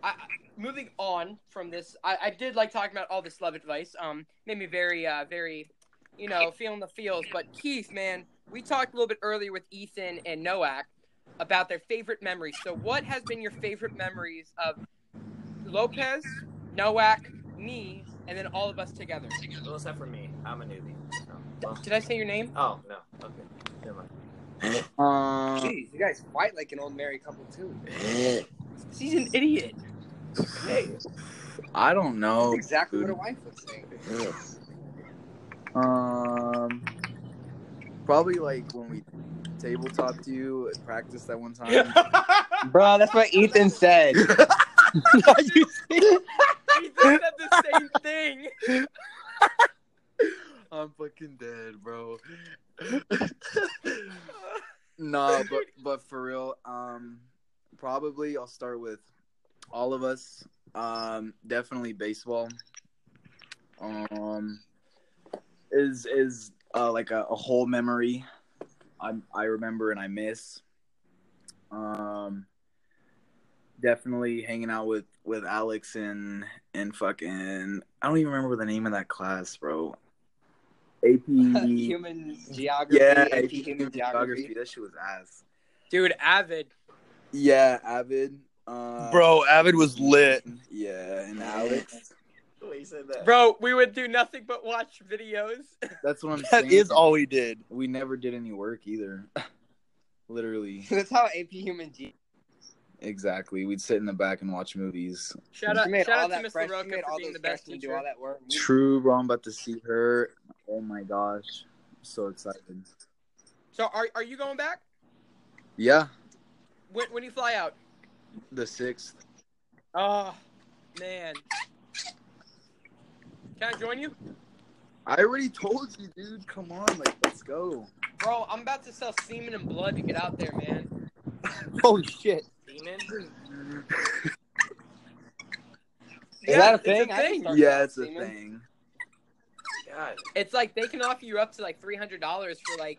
S3: I, I- moving on from this, I, I did like talking about all this love advice. Um, made me very, uh, very, you know, feeling the feels. But Keith, man, we talked a little bit earlier with Ethan and Noak about their favorite memories. So, what has been your favorite memories of Lopez, Noak, me, and then all of us together?
S6: Well, except for me, I'm a newbie. so, well,
S3: Did I say your name?
S6: oh no. Okay. Never mind.
S9: um,
S5: Jeez, you guys fight like an old married couple too.
S3: He's an idiot.
S9: I don't know.
S5: That's exactly what
S9: dude.
S5: a wife would say.
S9: Um, probably like when we tabletop you at practice that one time.
S5: Bro, that's what Ethan said.
S3: He said the same thing.
S9: I'm fucking dead, bro. no, but but for real, um, probably I'll start with all of us. Um, definitely baseball. Um, is is uh, like a, a whole memory. I I remember and I miss. Um, definitely hanging out with with Alex and and fucking I don't even remember the name of that class, bro. E AP
S5: human geography.
S9: yeah,
S5: AP human geography.
S9: That shit was ass.
S3: Dude, Avid.
S9: Yeah, Avid. Uh,
S2: Bro, Avid was lit.
S9: Yeah, and Alex.
S5: He said that.
S3: Bro, we would do nothing but watch videos.
S9: That's what I'm
S2: That
S9: saying.
S2: is all we did.
S9: We never did any work either. Literally,
S5: That's how AP human G.
S9: exactly. We'd sit in the back and watch movies.
S3: Shout out,
S5: She made
S3: shout
S5: all
S3: out to
S5: that
S3: Miss
S5: fresh- she
S3: LaRocca
S5: made
S3: for
S5: all
S3: being
S5: those
S3: the best
S5: freshmen do all
S3: teacher.
S5: that work. We-
S9: True, bro. I'm about to see her. Oh my gosh, I'm so excited.
S3: So, are, are you going back?
S9: Yeah,
S3: When, when do you fly out?
S9: the sixth.
S3: Oh, man. Can I join you?
S9: I already told you, dude. Come on, like let's go.
S3: Bro, I'm about to sell semen and blood to get out there, man.
S2: Holy shit.
S6: Demon?
S5: Is that a
S3: it's a
S5: thing? I can
S3: thing.
S5: start
S9: yeah,
S5: that,
S9: it's a
S5: Seaman.
S9: thing.
S6: God.
S3: It's like they can offer you up to like three hundred dollars for like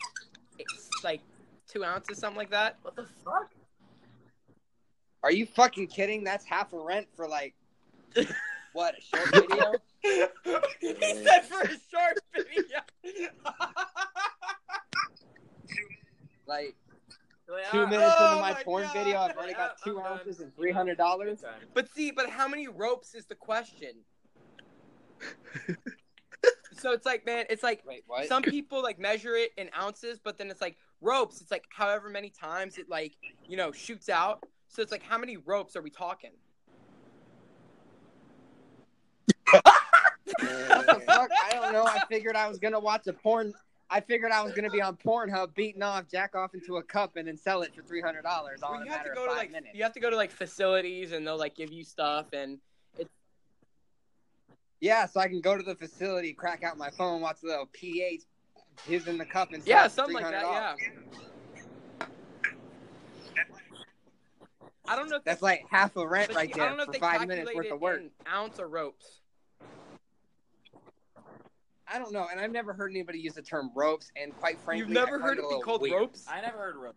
S3: it's like two ounces, something like that.
S6: What the fuck?
S5: Are you fucking kidding? That's half a rent for like what a short video.
S3: he said for a short video.
S5: Like
S6: Like,
S5: two
S6: ah,
S5: minutes
S3: oh
S5: into my,
S3: my
S5: porn
S3: God. Oh,
S5: video, I've already got
S6: Yeah,
S5: two
S6: I'm done.
S5: ounces and three hundred dollars.
S6: time.
S3: but see, but how many ropes is the question? so it's like, man, it's like
S5: Wait, what?
S3: some people like measure it in ounces, but then it's like ropes. It's like however many times it like you know shoots out. So it's like how many ropes are we talking?
S5: what the fuck? I don't know. I figured I was gonna watch a porn. I figured I was gonna be on Pornhub beating off, jack off into a cup, and then sell it for three hundred dollars all
S3: Well,
S5: in a
S3: you have to
S5: matter of
S3: go to
S5: five
S3: like
S5: minutes.
S3: you have to go to like facilities and they'll like give you stuff and
S5: Yeah, so I can go to the facility, crack out my phone, watch a little PH, his in the cup, and sell
S3: yeah,
S5: it for
S3: something like that.
S5: $300.
S3: Yeah. I don't know. If
S5: That's like half a rent
S3: but
S5: right
S3: see, I
S5: there
S3: don't know if
S5: for
S3: they
S5: five minutes
S3: calculate
S5: worth
S3: it
S5: of work.
S3: in ounce or ropes.
S5: I don't know, and I've never heard anybody use the term ropes. And quite frankly,
S3: You've never
S5: I
S3: heard
S5: find
S3: it
S5: a
S3: be
S5: little
S3: called
S5: weird.
S3: ropes?
S6: I never heard of rope.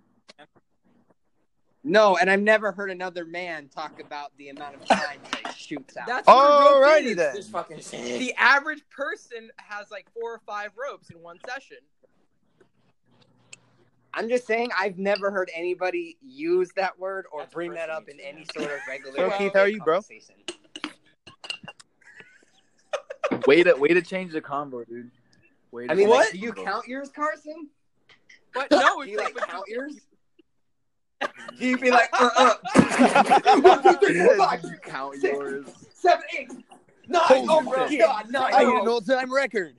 S5: No, and I've never heard another man talk about the amount of time that it shoots out.
S3: That's what a rope
S2: Alrighty
S3: is.
S2: then.
S6: Just fucking shit.
S3: The average person has like four or five ropes in one session.
S5: I'm just saying I've never heard anybody use that word or
S6: That's the
S5: bring
S6: first
S5: that
S6: thing
S5: up
S6: you
S5: in
S6: do.
S5: any sort of regular.
S2: So, Keith, how are you, bro?
S5: conversation.
S9: Way to way to change the combo, dude. Way to
S5: I mean,
S9: change
S5: like,
S9: the
S5: do you
S9: combo.
S5: count yours, Carson?
S3: But no,
S5: Do
S3: it's
S5: you like
S3: like,
S5: count yours? Do you be like, uh, uh, one, two, three, four,
S9: Yeah,
S5: five,
S9: did you count
S5: six.
S9: yours?
S5: seven, eight, nine?
S2: Holy
S5: oh my
S2: shit.
S5: god, nine!
S2: I hit
S5: oh.
S2: an all time record.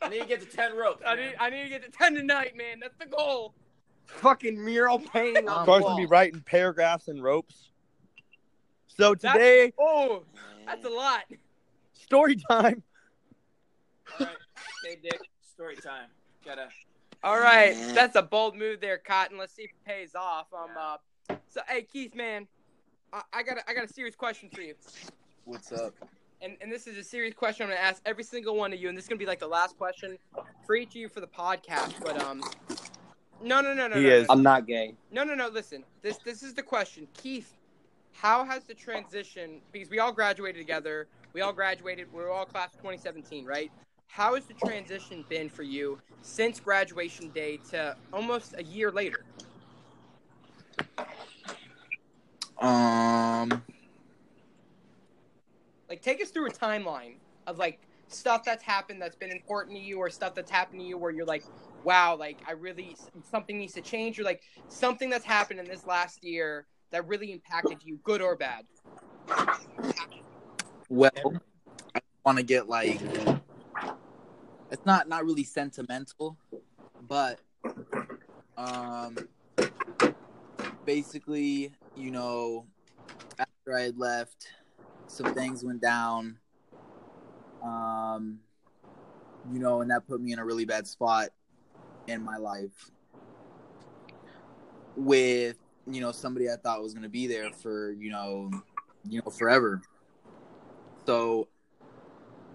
S6: I need to get to 10 ropes.
S3: I
S6: man.
S3: need I need to get to ten tonight, man. That's the goal.
S5: Fucking mural painting on the
S2: Carson
S5: wall.
S2: be writing paragraphs and ropes. So today,
S3: Oh, that's a lot.
S2: story time.
S6: All right. Hey, Dick. Story time. Gotta.
S3: All right, that's a bold move there, Cotton. Let's see if it pays off. Um, uh, so hey, Keith, man, I, I got a, I got a serious question for you,
S9: What's up?
S3: and and this is a serious question I'm gonna ask every single one of you, and this is gonna be like the last question for each of you for the podcast. But um, no, no, no, no,
S2: He
S3: no,
S2: is.
S3: no,
S5: I'm not gay.
S3: no, no, no. Listen, this this is the question, Keith. How has the transition? Because we all graduated together. We all graduated. We are all class of 2017, right? How has the transition been for you since graduation day to almost a year later?
S9: Um,
S3: Like, take us through a timeline of like stuff that's happened that's been important to you, or stuff that's happened to you where you're like, wow, like I really something needs to change, or like something that's happened in this last year that really impacted you, good or bad.
S9: well, I want to get like it's not not really sentimental, but um, basically, you know, after I had left, some things went down. Um, you know, and that put me in a really bad spot in my life with you know somebody I thought was going to be there for you know you know forever. So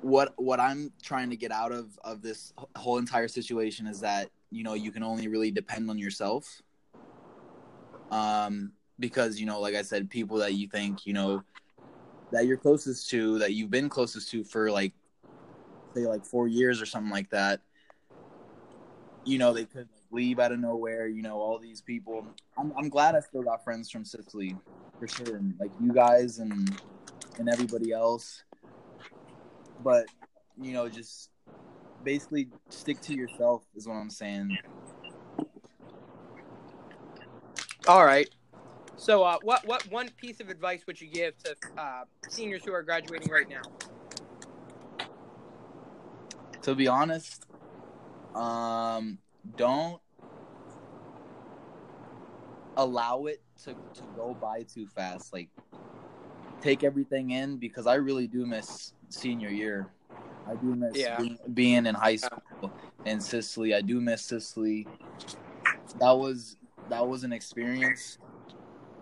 S9: what what I'm trying to get out of of this wh- whole entire situation is that you know you can only really depend on yourself. Um because you know, like I said, people that you think you know that you're closest to, that you've been closest to for like say like four years or something like that. You know, they could like, leave out of nowhere. You know, all these people. I'm I'm glad I still got friends from Sicily for sure, and like you guys and and everybody else. But you know, just basically stick to yourself is what I'm saying.
S3: All right. So, uh, what what one piece of advice would you give to uh, seniors who are graduating right now?
S9: to be honest, um, don't allow it to, to go by too fast. Like, take everything in because I really do miss senior year. I do miss
S3: Yeah.
S9: being, being in high school in Sicily. I do miss Sicily. That was that was an experience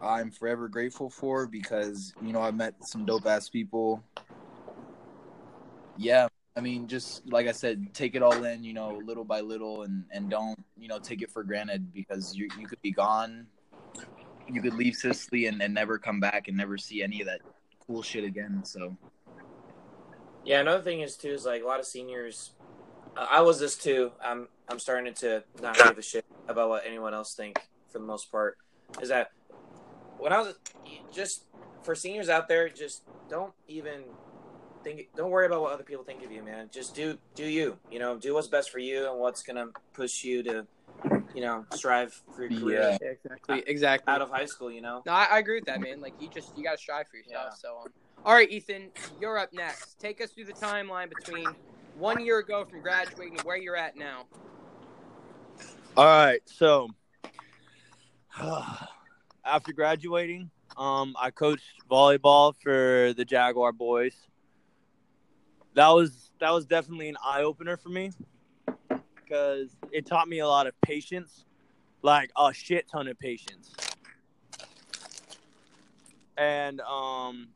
S9: I'm forever grateful for because you know I met some dope ass people. Yeah, I mean, just like I said, take it all in, you know, little by little, and and don't you know take it for granted because you you could be gone, you could leave Sicily and, and never come back and never see any of that cool shit again. So
S6: Yeah, another thing is too is like a lot of seniors. Uh, I was this too. I'm I'm starting to not give a shit about what anyone else think for the most part. Is that when I was just for seniors out there, just don't even think. Don't worry about what other people think of you, man. Just do do you. You know, do what's best for you and what's gonna push you to, you know, strive for your career
S9: Yeah.
S3: exactly. Exactly.
S6: out of high school. You know.
S3: No, I, I agree with that, man. Like you just you gotta strive for yourself.
S6: Yeah.
S3: So, um, all right, Ethan, you're up next. Take us through the timeline between one year ago from graduating to where you're at now.
S2: All right, so after graduating, um, I coached volleyball for the Jaguar boys. That was that was definitely an eye opener for me because it taught me a lot of patience, like a shit ton of patience. And um,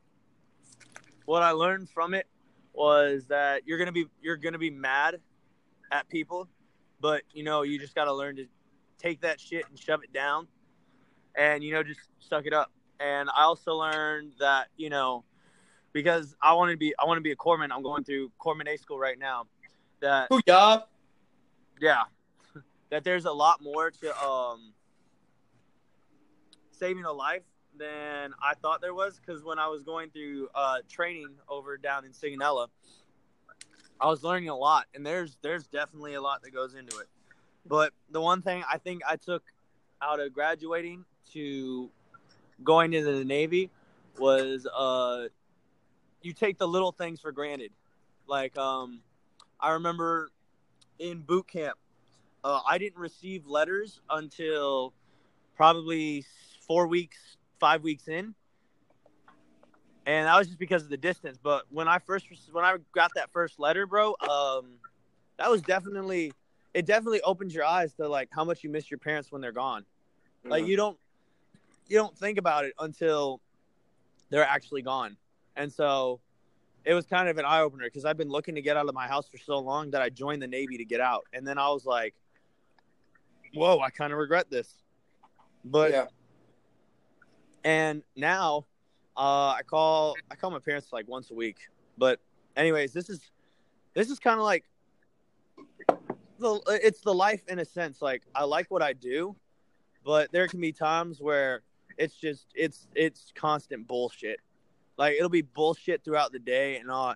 S2: what I learned from it was that you're gonna be you're gonna be mad at people, but you know you just gotta learn to take that shit and shove it down and you know just suck it up and i also learned that you know because i want to be i want to be a corpsman i'm going through corpsman a school right now that
S8: Booyah.
S2: yeah that there's a lot more to um saving a life than i thought there was because when i was going through uh training over down in sigonella i was learning a lot and there's there's definitely a lot that goes into it but the one thing i think i took out of graduating to going into the navy was uh you take the little things for granted like um i remember in boot camp. Uh, I didn't receive letters until probably four weeks, five weeks in, and that was just because of the distance. But when I first when I got that first letter, bro, um, that was definitely it. Definitely opens your eyes to like how much you miss your parents when they're gone. Like you don't you don't think about it until they're actually gone, and so it was kind of an eye opener because I've been looking to get out of my house for so long that I joined the Navy to get out, and then I was like, "Whoa, I kind of regret this." But
S6: Yeah.
S2: and now, uh, I call I call my parents like once a week. But anyways, this is this is kind of like the it's the life in a sense. Like I like what I do, but there can be times where it's just it's it's constant bullshit. Like it'll be bullshit throughout the day, and all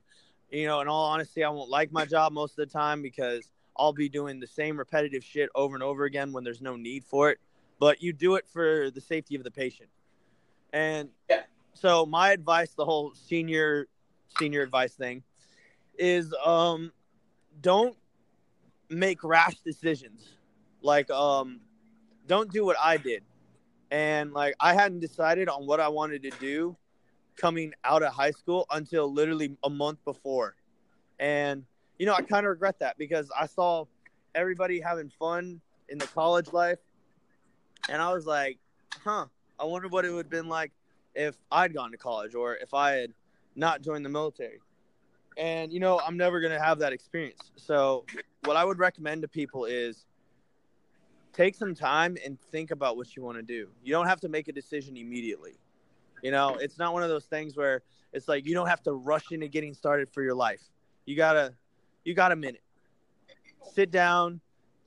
S2: you know. In all honesty, I won't like my job most of the time because I'll be doing the same repetitive shit over and over again when there's no need for it. But you do it for the safety of the patient. And
S6: Yeah.
S2: so my advice, the whole senior senior advice thing, is um, don't make rash decisions. Like um, don't do what I did. And like I hadn't decided on what I wanted to do coming out of high school until literally a month before. And you know, I kind of regret that because I saw everybody having fun in the college life and I was like, "Huh, I wonder what it would have been like if I'd gone to college or if I had not joined the military." And you know, I'm never going to have that experience. So, what I would recommend to people is take some time and think about what you want to do. You don't have to make a decision immediately. You know, it's not one of those things where it's like you don't have to rush into getting started for your life. You gotta, you got a minute. Sit down,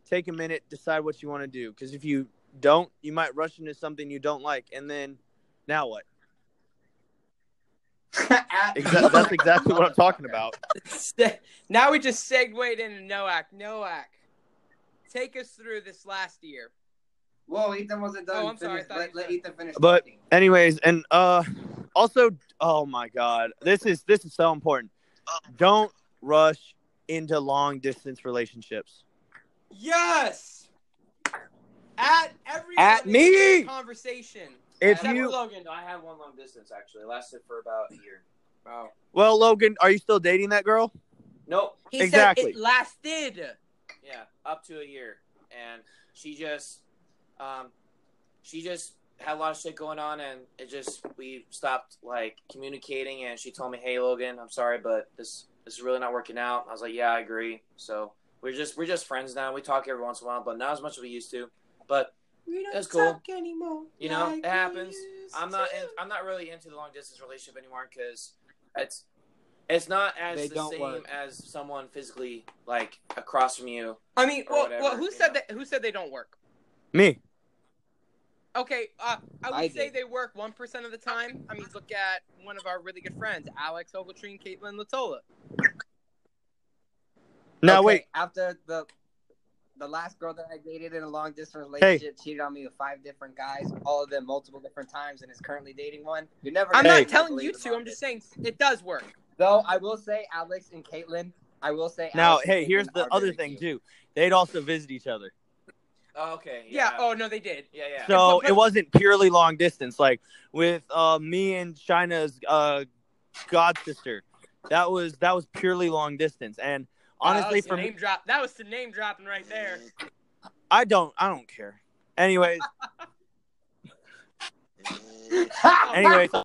S2: take a minute, decide what you want to do. Because if you don't, you might rush into something you don't like, and then now what? Exa- that's exactly what I'm talking about.
S3: now we just segued into Noak. Noak, take us through this last year.
S5: Whoa, Ethan wasn't done.
S3: Oh, I'm sorry, I
S5: Finish- Let,
S3: thought you
S5: let
S3: said-
S5: Ethan finish.
S2: But-
S5: talking.
S2: Anyways, and uh, also, oh my God, this is this is so important. Don't rush into long distance relationships.
S3: Yes. At every
S2: At me!
S3: conversation.
S2: If
S6: Except for
S2: you,
S6: Logan, I had one long distance actually. It lasted for about a year.
S3: Wow.
S2: well, Logan, are you still dating that girl?
S6: Nope.
S3: He
S2: Exactly.
S3: said it lasted.
S6: Yeah, up to a year, and she just, um, she just had a lot of shit going on, and it just we stopped like communicating, and she told me, "Hey, Logan, I'm sorry, but this this is really not working out." I was like, "Yeah, I agree." So we're just we're just friends now. We talk every once in a while, but not as much as we used to. But
S3: We
S6: That's cool.
S3: anymore.
S6: You know,
S3: like
S6: it
S3: we
S6: happens.
S3: used
S6: I'm not
S3: to.
S6: in, I'm not really into the long distance relationship anymore because it's it's not as
S10: They
S6: the
S10: don't
S6: same
S10: work.
S6: as someone physically like across from you.
S3: I mean,
S6: or
S3: well,
S6: whatever,
S3: well, who
S6: you
S3: said
S6: know.
S3: that? Who said they don't work?
S2: Me.
S3: Okay, uh, I would
S10: I
S3: say
S10: did.
S3: they work one percent of the time. I mean, look at one of our really good friends, Alex Ogletree and Caitlin Latola.
S2: Now
S5: Okay,
S2: wait,
S5: After the the last girl that I dated in a long distance relationship cheated on me with five different guys, all of them multiple different times, and is currently dating one. You're never.
S3: I'm
S5: gonna
S3: not telling
S5: believe
S3: you
S5: in
S3: to.
S5: long
S3: I'm just saying it does work.
S5: distance. Though I will say, Alex and Caitlin. I will say.
S2: now
S5: Alex and
S2: hey, here's
S5: Caitlin
S2: the
S5: are
S2: other
S5: very
S2: thing
S5: cute.
S2: too. They'd also visit each other,
S6: Oh, okay.
S3: Yeah.
S6: Yeah.
S3: Oh no, they did.
S6: yeah. Yeah.
S2: so
S3: but-
S2: it wasn't purely long distance. Like with uh, me and China's uh, god sister, that was that was purely long distance. And honestly,
S3: that was
S2: for
S3: the
S2: me,
S3: name drop, that was the name dropping right there.
S2: I don't I don't care. Anyways, anyway, so,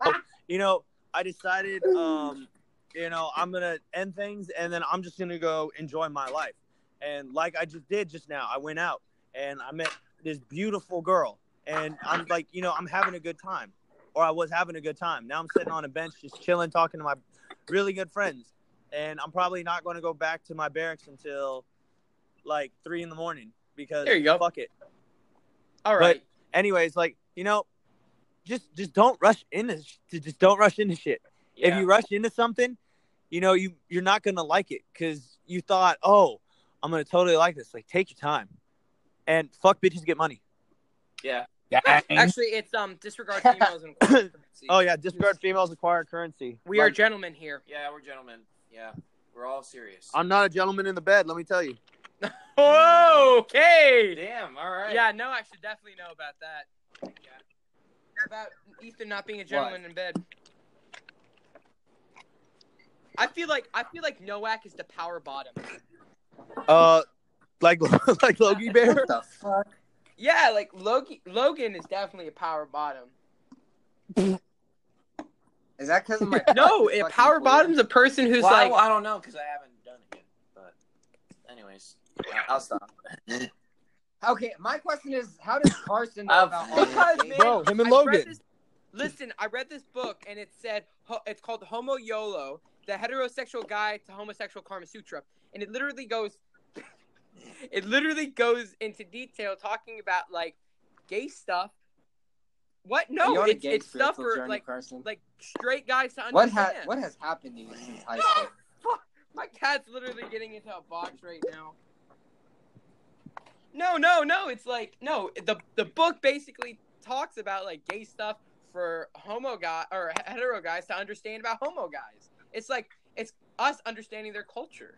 S2: you know, I decided, um, you know, I'm gonna end things, and then I'm just gonna go enjoy my life. And like I just did just now, I went out and I met this beautiful girl, and I'm like, you know, I'm having a good time, or I was having a good time. Now I'm sitting on a bench, just chilling, talking to my really good friends, and I'm probably not going to go back to my barracks until like three in the morning because
S3: There you go.
S2: fuck it
S3: All right.
S2: anyways, like you know, just just don't rush into sh- to- just don't rush into shit. If
S6: Yeah.
S2: you rush into something, you know you you're not gonna like it because you thought, oh, I'm gonna totally like this. Like take your time, and fuck bitches get money.
S6: Yeah.
S3: Actually, it's um disregard females and corporate currency.
S2: Oh yeah, discard females acquire currency.
S3: We are
S2: Like,
S3: gentlemen here.
S6: Yeah. We're gentlemen. Yeah. We're all serious.
S2: I'm not a gentleman in the bed. Let me tell you.
S3: Okay.
S6: Damn. All right.
S3: Yeah. No, I should definitely know about that. Yeah. About Ethan not being a gentleman in bed. I feel like I feel like Noak is the power bottom.
S2: Uh, like like Logie Bear.
S5: What the fuck?
S3: Yeah, like Logan. Logan is definitely a power bottom.
S5: Is that because of my?
S3: No,
S5: fucking
S3: a power
S5: weird?
S3: bottom's a person who's
S6: Well, I-
S3: like
S6: well, I, don't know because I haven't done it yet. But, anyways, I- I'll stop.
S5: Okay, my question is, how does Carson know
S6: Uh,
S5: about all
S3: Because
S5: these
S3: man,
S5: dates?
S2: Bro, him and
S3: I read
S2: Logan.
S3: this- listen, I read this book and it said ho- it's called Homo Yolo: The Heterosexual Guide to Homosexual Karma Sutra, and it literally goes, it literally goes into detail talking about like gay stuff.
S5: Are
S3: What?
S5: you
S3: No,
S5: on a
S3: it's
S5: gay
S3: it's stuff
S5: spiritual
S3: for
S5: journey,
S3: like
S5: Carson?
S3: like straight guys to understand.
S5: what ha- what has happened to you since high school?
S3: My cat's literally getting into a box right now. No, no, no. It's like no. The the book basically talks about like gay stuff for homo guy or hetero guys to understand about homo guys. It's like it's us understanding their culture.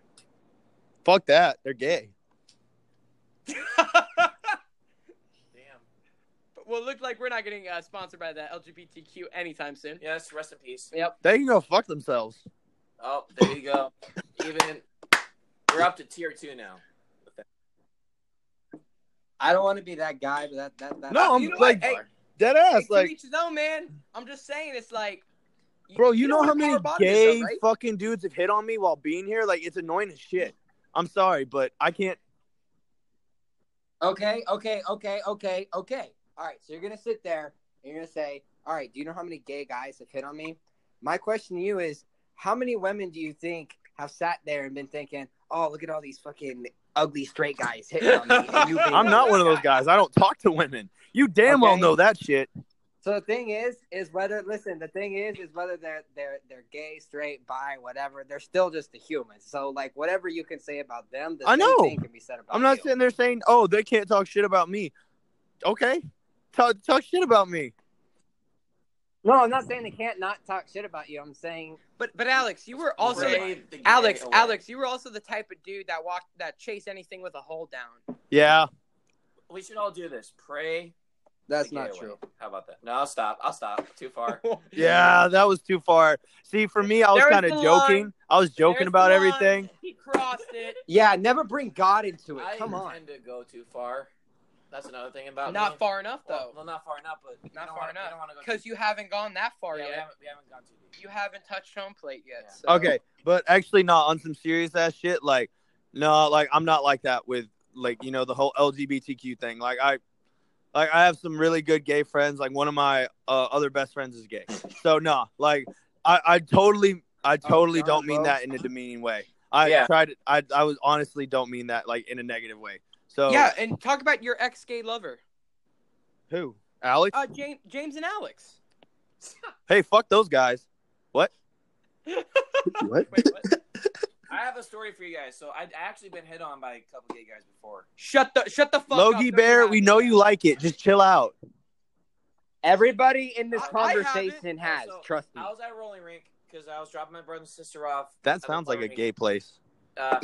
S2: Fuck that. They're gay.
S6: Damn.
S3: well, look like we're not getting uh, sponsored by the LGBTQ anytime soon.
S6: Yes. Rest in peace.
S3: Yep.
S2: They can go fuck themselves.
S6: Oh, there you go. Even we're up to tier two now.
S5: I don't want to be that guy, but that that, that
S2: No, I'm
S3: You know
S2: like
S3: what? Hey,
S2: dead
S3: hey,
S2: ass.
S3: to
S2: Like
S3: each his own, man. I'm just saying, it's like,
S2: Bro, you, know,
S3: what
S2: how
S3: a
S2: many
S3: power bottom is, though,
S2: gay
S3: right?
S2: fucking dudes have hit on me while being here? Like, it's annoying as shit. I'm sorry, but I can't.
S5: Okay, okay, okay, okay, okay. All right, so you're gonna sit there and you're gonna say, All right, do you know how many gay guys have hit on me? My question to you is, how many women do you think have sat there and been thinking, Oh, look at all these fucking ugly straight guys hitting on me? and you being
S2: I'm not one of those guys. I don't talk to women. You damn well
S5: Okay.
S2: know that shit.
S5: So the thing is, is whether listen, the thing is, is whether they're they're they're gay, straight, bi, whatever, they're still just a human. So like whatever you can say about them, the
S2: I
S5: same
S2: know.
S5: thing can be said about
S2: I'm not
S5: you.
S2: sitting there saying, "Oh, they can't talk shit about me." Okay, talk talk shit about me.
S5: No, I'm not saying they can't not talk shit about you. I'm saying
S3: But but Alex, you were also
S6: Wave the gay
S3: Alex,
S6: away.
S3: Alex, you were also the type of dude that walked that chased anything with a hold down.
S2: Yeah,
S6: We should all do this. Pray.
S5: that's
S6: the
S5: not
S6: gay away.
S5: true.
S6: How about that? No, I'll stop. I'll stop. Too far.
S2: yeah, that was too far. See, for me, I was
S3: There was
S2: kind of
S3: the
S2: joking.
S3: line.
S2: I was joking
S3: There's
S2: about
S3: the line.
S2: everything.
S3: He crossed it.
S5: Yeah, never bring God into it.
S6: I
S5: Come on.
S6: tend to go too far. That's another thing about me.
S3: Not far enough
S6: Well,
S3: though,
S6: well, not far enough, but we
S3: Not
S6: don't
S3: far
S6: wanna- we
S3: enough.
S6: don't wanna go
S3: because you haven't gone that
S6: too-
S3: far
S6: yeah, we
S3: yet.
S6: haven't, we haven't gone too deep.
S3: You haven't touched home plate yet.
S6: Yeah.
S3: So.
S2: Okay, but actually, not on some serious ass shit. Like, no, like I'm not like that with like you know the whole LGBTQ thing. Like I, like I have some really good gay friends. Like one of my uh, other best friends is gay. So no, like I, I totally, I totally
S5: darn,
S2: don't mean
S5: bro.
S2: that in a demeaning way. I
S6: Yeah.
S2: tried. I, I was honestly don't mean that like in a negative way. So
S3: Yeah, and talk about your ex gay lover,
S2: who? Alex?
S3: uh, James, James and Alex.
S2: hey, fuck those guys.
S11: What?
S3: Wait, what?
S6: I have a story for you guys. So I've actually been hit on by a couple gay guys before.
S3: Shut the shut the fuck up.
S2: Logie
S3: Don't
S2: Bear,
S3: have
S2: we
S3: it.
S2: know you like it. Just chill out.
S5: Everybody in this
S3: I- I have it.
S5: conversation has,
S6: Also,
S5: trust me.
S6: I was at a Rolling Rink because I was dropping my brother and sister off.
S2: Hmm. That
S6: at the
S2: sounds like a
S6: Rolling
S2: gay place.
S6: Uh,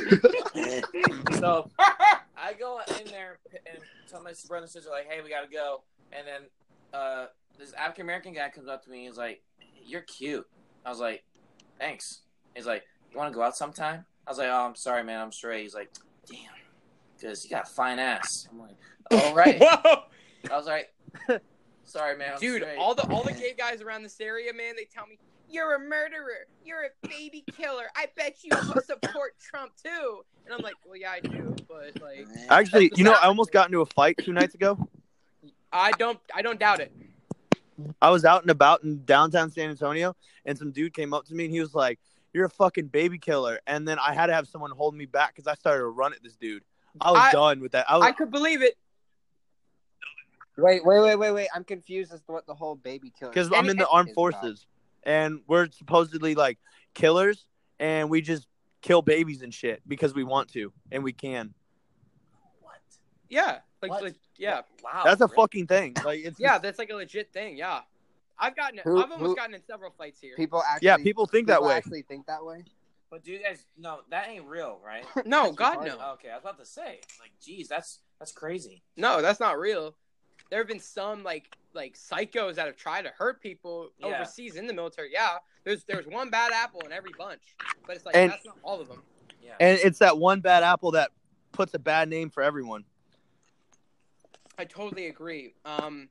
S6: so I go in there and tell my brother and sister like, "Hey, we gotta go." And then uh, this African American guy comes up to me. and He's like, "You're cute." I was like, "Thanks." He's like, "You want to go out sometime?" I was like, "Oh, I'm sorry, man. I'm straight." He's like, "Damn, because you got a fine ass." I'm like, "All right."
S3: Whoa,
S6: I was like, "Sorry, man. I'm
S3: dude!
S6: straight."
S3: All the all the gay guys around this area, man, they tell me you're a murderer, you're a baby killer. I bet you support Trump too. And I'm like, well, yeah, I do, but like,
S2: Actually, you know, I almost got into a fight two nights ago.
S3: I don't, I don't doubt it.
S2: I was out and about in downtown San Antonio, and some dude came up to me and he was like, "You're a fucking baby killer." And then I had to have someone hold me back because I started to run at this dude. I was
S3: I-
S2: done with
S5: Oh.
S2: that. I was,
S3: I could believe it.
S5: Wait, wait, wait, wait, wait. I'm confused as to what the whole baby killer
S2: because I'm
S5: is
S2: in the armed
S5: about.
S2: forces, and we're supposedly like killers, and we just kill babies and shit because we want to and we can.
S6: what?
S3: Yeah, like,
S6: What?
S3: like yeah,
S6: Wow.
S2: That's a
S6: Oh, really?
S2: fucking thing. Like it's
S3: yeah, that's like a legit thing. Yeah, I've gotten,
S5: Who-
S3: I've almost
S5: who-
S3: gotten in several fights here.
S5: People actually
S2: yeah. People think that
S5: people
S2: way.
S5: actually think that way.
S6: But do you guys? No, that ain't real, right?
S3: No,
S5: That's
S3: God
S5: retarded.
S3: no,
S6: Okay, I was about to say, like, geez, that's that's crazy.
S3: no, that's not real. There have been some like like psychos that have tried to hurt people
S6: Yeah.
S3: overseas in the military. Yeah, there's there's one bad apple in every bunch, but it's like
S2: And-
S3: that's not all of them.
S6: Yeah.
S2: And it's that one bad apple that puts a bad name for everyone.
S3: I totally agree. Um,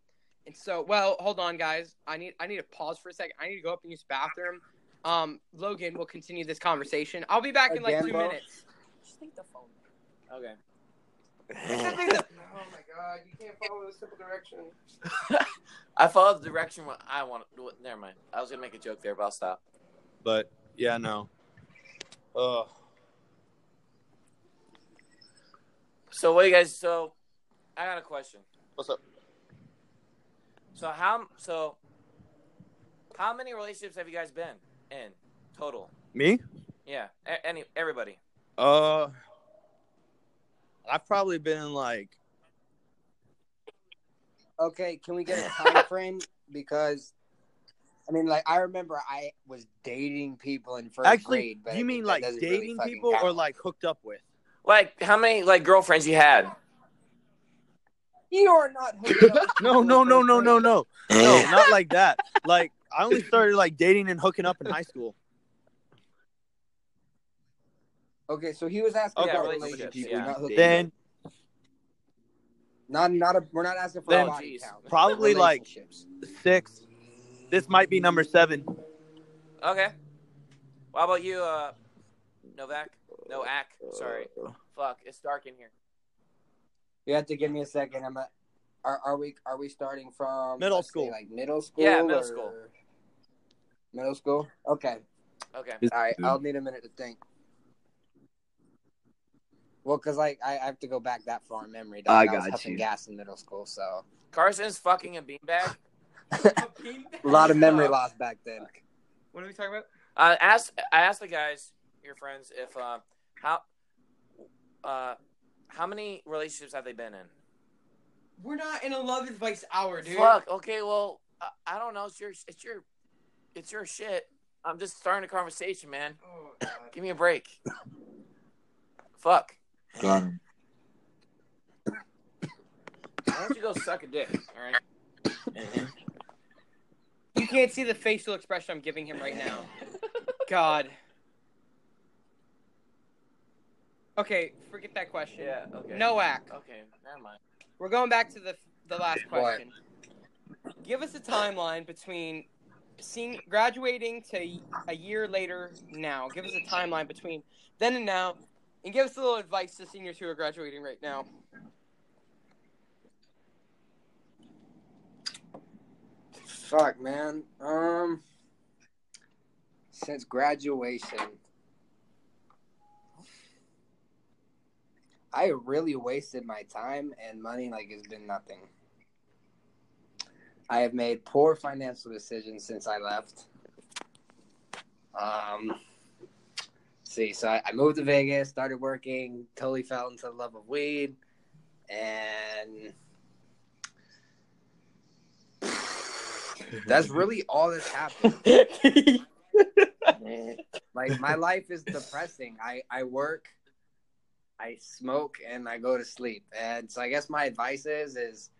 S3: and so, well, hold on, guys. I need I need to pause for a second. I need to go up and use the bathroom. Um, Logan will continue this conversation. I'll be back in like
S5: Again,
S3: two
S5: bro?
S3: minutes.
S6: okay.
S3: oh my god, you can't follow a simple direction.
S6: I followed the direction what I want. What, never mind. I was gonna make a joke there, but I'll stop.
S2: But yeah, no. Uh, Ugh.
S6: So, what do you guys? So, I got a question.
S2: What's up?
S6: So how? So how many relationships have you guys been in total?
S2: Me?
S6: Yeah. A- any everybody.
S2: Uh, I've probably been in like
S5: Okay, can we get a time frame? Because I mean, like I remember I was dating people in first
S2: actually.
S5: grade. But
S2: you
S5: I
S2: mean
S5: think that
S2: like
S5: doesn't really
S2: dating
S5: fucking
S2: people or
S5: count.
S2: like hooked up with?
S6: Like how many like girlfriends you had?
S5: you are not? hooking up with people
S2: No,
S5: in
S2: no, no,
S5: first
S2: no,
S5: grade.
S2: no, no, no, not like that. Like I only started like dating and hooking up in high school.
S5: Okay, so he was asking
S6: Okay,
S5: about
S6: relationships,
S5: relationships,
S6: yeah.
S5: not hooking
S2: Then
S5: Not not a, we're not asking for
S6: Then-
S5: a body
S6: Jeez.
S5: count.
S2: probably like
S5: Relationships.
S2: six. This might be number seven.
S6: Okay. Well, how about you, uh, Novak? No, Ack. Sorry. Fuck, it's dark in here.
S5: You have to give me a second. I'm. A, are are we are we starting from
S2: Middle
S5: let's say,
S2: school.
S5: like middle school?
S6: Yeah, middle
S5: or-
S6: school.
S5: Middle school. Okay.
S6: Okay.
S5: All right.
S9: Mm-hmm.
S5: I'll need a minute to think. Well, because like I, I have to go back that far in memory. dog.
S9: I
S5: was
S9: got
S5: huffing
S9: you.
S5: gas in middle school, so
S6: Carson's fucking a beanbag.
S5: a lot of memory loss back then.
S3: What are we talking about?
S6: I asked Uh, I asked the guys, your friends, if uh, how uh, how many relationships have they been in?
S3: We're not in a love advice hour, dude.
S6: Fuck. Okay. Well, I, I don't know. It's your it's your it's your shit. I'm just starting a conversation, man.
S3: Oh, God.
S6: Give me a break. Fuck.
S9: Got him.
S6: Why don't you go suck a dick? All right.
S3: You can't see the facial expression I'm giving him right now. God. Okay, forget that question.
S6: Yeah. Okay.
S3: Noak,
S6: Okay. Never mind.
S3: we're going back to the the last
S5: What?
S3: question. Give us a timeline between seeing graduating to a year later now. Give us a timeline between then and now, and give us a little advice to seniors who are graduating right now.
S5: Fuck, man. Um, since graduation, I really wasted my time and money like it's been nothing. I have made poor financial decisions since I left. Um, see, so I, I moved to Vegas, started working, totally fell into the love of weed, and that's really all that's happened. like my life is depressing i i work i smoke and i go to sleep and so i guess my advice is is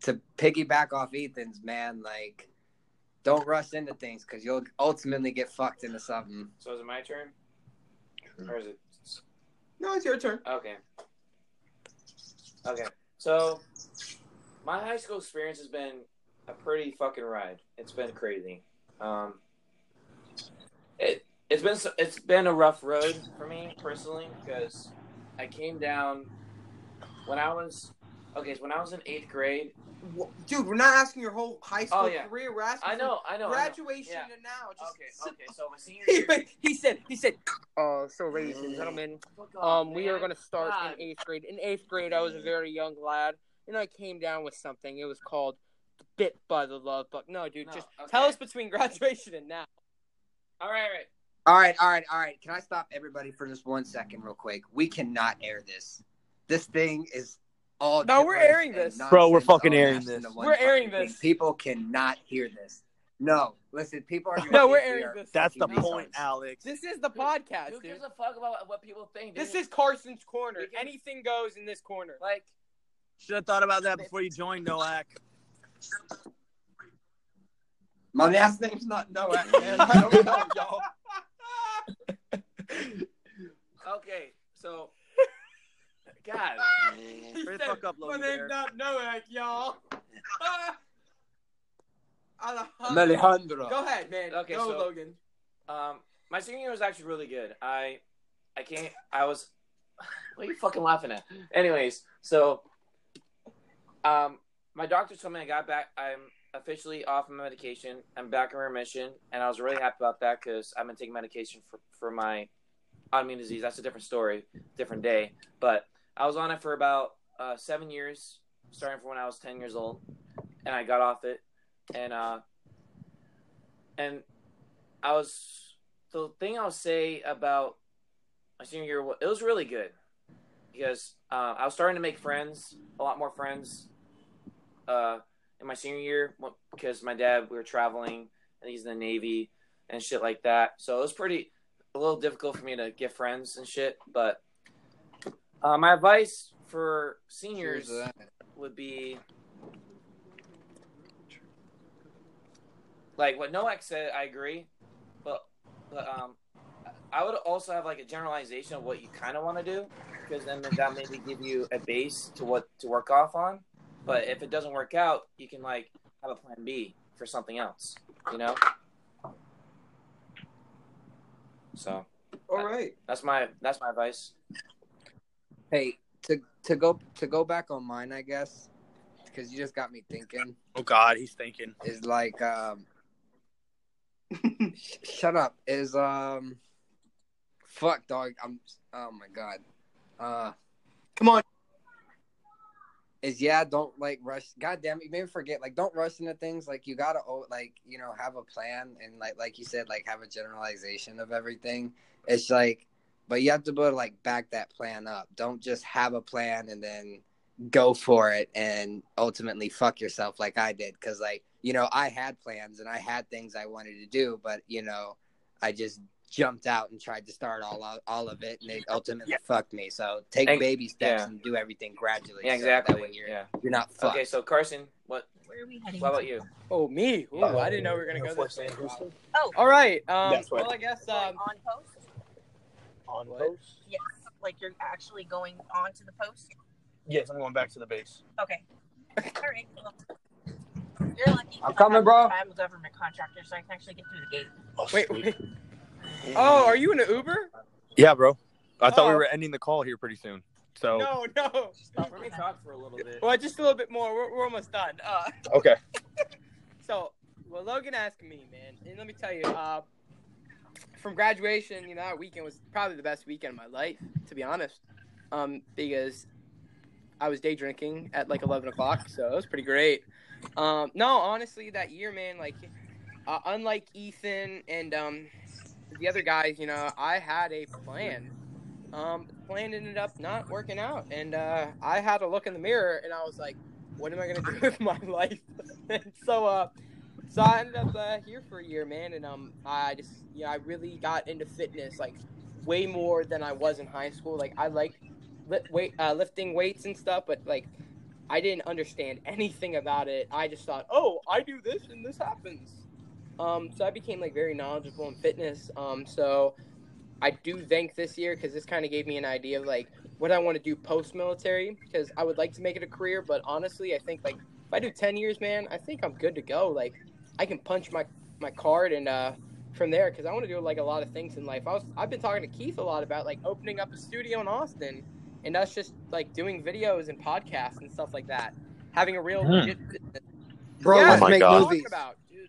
S5: to piggyback off ethan's man like don't rush into things because you'll ultimately get fucked into something
S6: So is it my turn? Or is it?
S3: No, it's your turn.
S6: Okay. Okay. So, my high school experience has been a pretty fucking ride. It's been crazy. Um, it it's been so- it's been a rough road for me personally because I came down when I was okay. So when I was in eighth grade,
S3: Wh- Dude, we're not asking your whole high school
S6: Oh, yeah.
S3: career. We're asking
S6: I know, I
S3: from
S6: know, I know.
S3: graduation
S6: Yeah.
S3: to now. Just
S6: Okay,
S3: sit
S6: okay. So my senior
S3: he,
S6: year,
S3: he said, he said, uh, so ladies and gentlemen,
S6: Mm. Fuck off,
S3: um, we are
S6: man.
S3: going to start
S6: God.
S3: in eighth grade. In eighth grade, I was a very young lad, and I came down with something. It was called bit by the love bug. No, dude,
S6: No,
S3: just
S6: okay.
S3: tell us between graduation and now.
S6: All right, all right.
S5: all right all right all right can i stop everybody for just one second real quick we cannot air this this thing is all
S3: No, we're
S5: gibberish
S3: airing
S5: and
S3: this.
S5: nonsense
S2: Bro, we're fucking
S5: all
S2: airing
S5: mashed into
S2: this.
S5: one
S3: We're airing
S5: fucking thing.
S3: this.
S5: people cannot hear this no listen people are gonna
S3: No, we're
S5: think we
S3: airing
S5: are
S3: this.
S2: That's the
S5: fucking
S2: point,
S5: retards.
S2: Alex.
S3: This is the
S6: Who-
S3: podcast,
S6: Who
S3: dude.
S6: gives a fuck about what people think?
S3: This
S6: dude?
S3: is Carson's corner.
S6: We can-
S3: Anything goes in this corner.
S6: like
S2: Should have thought about that before you joined Noack.
S5: My last name's not Noah. Man. I don't know, y'all.
S6: okay. So, God,
S3: He
S2: Hurry the
S3: said,
S2: fuck up,
S3: My
S2: Logan
S3: name's
S2: Bear."
S3: not Noak, y'all.
S5: I'm
S3: Alejandro.
S5: Alejandro.
S3: Go ahead, man.
S6: Okay,
S3: Go,
S6: so-
S3: Logan.
S6: um, my senior year was actually really good. I, I can't. I was. What are you fucking laughing at? Anyways, so, um, my doctor told me I got back. I'm officially off my medication. I'm back in remission, and I was really happy about that because I've been taking medication for for my autoimmune disease. That's a different story, different day. But I was on it for about uh, seven years, starting from when I was ten years old, and I got off it, and uh, and I was the thing I'll say about my senior year. wa- It was really good because uh, I was starting to make friends, a lot more friends, uh, in my senior year wh- because my dad we were traveling and he's in the Navy and shit like that. So it was pretty a little difficult for me to get friends and shit. But uh, my advice for seniors would be like what Noack said. I agree, but but um, I would also have like a generalization of what you kind of want to do because then that maybe give you a base to what to work off on. But if it doesn't work out, you can like have a plan B for something else, you know. So
S3: All right.
S6: that's my that's my advice.
S5: Hey, to to go to go back on mine, I guess, because you just got me thinking.
S2: Oh God, he's thinking.
S5: Is like um, sh- shut up. Is um, fuck dog. I'm oh my god. Uh,
S3: Come on.
S5: is yeah, don't like rush. God damn, it, you made me forget. Like, don't rush into things. Like, you gotta oh, like you know have a plan and like like you said, like have a generalization of everything. It's like, but you have to be able to like back that plan up. Don't just have a plan and then go for it and ultimately fuck yourself like I did. Cause like you know I had plans and I had things I wanted to do, but you know I just jumped out and tried to start all out, all of it and it ultimately fucked me. So take
S6: Ex-
S5: baby steps
S6: yeah.
S5: and do everything gradually.
S6: Yeah,
S5: so that
S6: exactly.
S5: way you're-
S6: Yeah.
S5: you're not fucked.
S6: Okay, so Carson, what
S7: Where are we heading?
S6: what about you?
S1: Oh, me? Ooh, I didn't know we were going to go this way.
S7: Oh,
S3: All right. Um,
S2: That's right.
S3: well, I guess
S7: like
S3: um,
S7: on post?
S2: On
S1: What?
S2: post?
S7: Yes. Like you're actually going on to the post?
S2: Yes, I'm going back to the base.
S7: Okay. All right. Cool. You're lucky. 'cause
S5: I'm coming,
S7: I have-
S5: bro.
S7: I'm a government contractor, so I can actually get through the gate.
S3: wait, wait. Oh, are you in an Uber?
S2: Yeah, bro. I thought we
S3: Oh.
S2: were ending the call here pretty soon. So
S3: No, no.
S6: Let me talk for a little bit.
S3: Well, just a little bit more. We're, we're almost done. Uh,
S2: okay.
S3: so, well, Logan asked me, man, and let me tell you, uh, from graduation, you know, that weekend was probably the best weekend of my life, to be honest, um, because I was day drinking at like eleven o'clock, so it was pretty great. Um, no, honestly, that year, man, like, uh, unlike Ethan and um, the other guys, you know, I had a plan. Um, the plan ended up not working out, and uh, I had to look in the mirror, and I was like, "What am I gonna do with my life?" and so, uh, so I ended up uh, here for a year, man, and um, I just, you know, I really got into fitness like way more than I was in high school. Like I liked li- weight, uh, lifting weights and stuff, but like I didn't understand anything about it. I just thought, "Oh, I do this, and this happens." Um, so I became like very knowledgeable in fitness. Um, so. I do think this year because this kind of gave me an idea of like what I want to do post military because I would like to make it a career, but honestly, I think like if I do ten years, man, I think I'm good to go. Like I can punch my my card and uh from there because I want to do like a lot of things in life. I was I've been talking to Keith a lot about like opening up a studio in Austin and us just like doing videos and podcasts and stuff like that, having a real
S2: Hmm.
S3: legit business.
S5: Bro,
S3: Yeah,
S5: let's
S2: Oh my
S5: make
S2: God.
S3: talking
S5: movies.
S3: about, dude.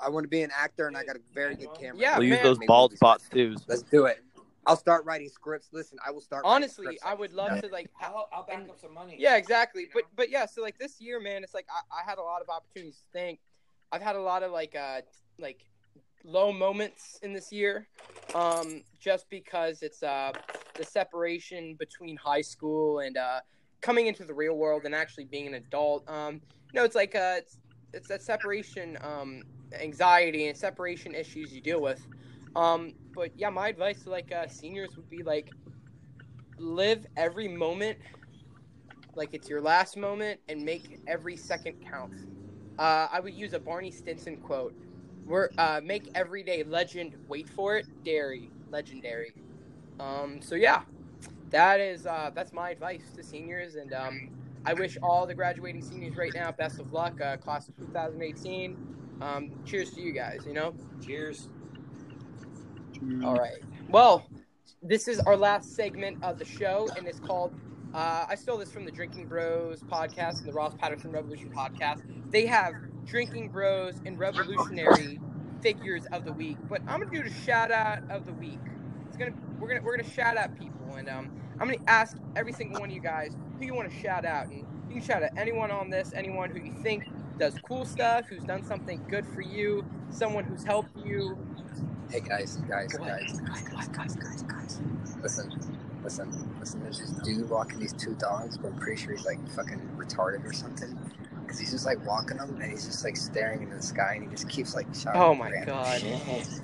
S5: I want to be an actor, and I got a very good camera.
S3: Yeah,
S2: We'll use
S3: man.
S2: those
S5: Make
S2: bald
S5: movies.
S2: spot twos.
S5: Let's do it. I'll start writing scripts. Listen, I will start. writing
S3: Honestly,
S5: scripts.
S3: I would love to like
S6: I'll, I'll back
S3: And-
S6: up some money.
S3: Yeah, exactly.
S6: You
S3: But
S6: know?
S3: but yeah, so like this year, man, it's like I, I had a lot of opportunities to think. I've had a lot of like uh like low moments in this year, um, just because it's uh the separation between high school and uh coming into the real world and actually being an adult. Um, you know, it's like uh it's it's that separation um anxiety and separation issues you deal with. Um, but yeah, my advice to like uh seniors would be like live every moment like it's your last moment and make every second count. Uh, I would use a Barney Stinson quote. We're uh, make every day legend. Wait for it, dairy legendary. Um, so yeah, that is uh, that's my advice to seniors, and um, I wish all the graduating seniors right now best of luck. Uh, class of 2018. Um, cheers to you guys. You know.
S6: Cheers.
S3: All right. Well, this is our last segment of the show, and it's called. Uh, I stole this from the Drinking Bros podcast and the Ross Patterson Revolution podcast. They have Drinking Bros and Revolutionary figures of the week, but I'm gonna do the shout out of the week. It's gonna we're gonna we're gonna shout out people, and um, I'm gonna ask every single one of you guys who you want to shout out, and you can shout out anyone on this, anyone who you think does cool stuff, who's done something good for you, someone who's helped you,
S5: Hey guys, guys,
S3: What?
S5: guys, guys, guys, guys, guys, guys. Listen, listen, listen. There's this dude walking these two dogs, but I'm pretty sure he's like fucking retarded or something. Cause he's just like walking them, and he's just like staring into the sky, and he just keeps like shouting.
S3: Oh my
S5: random
S3: God.
S5: shit.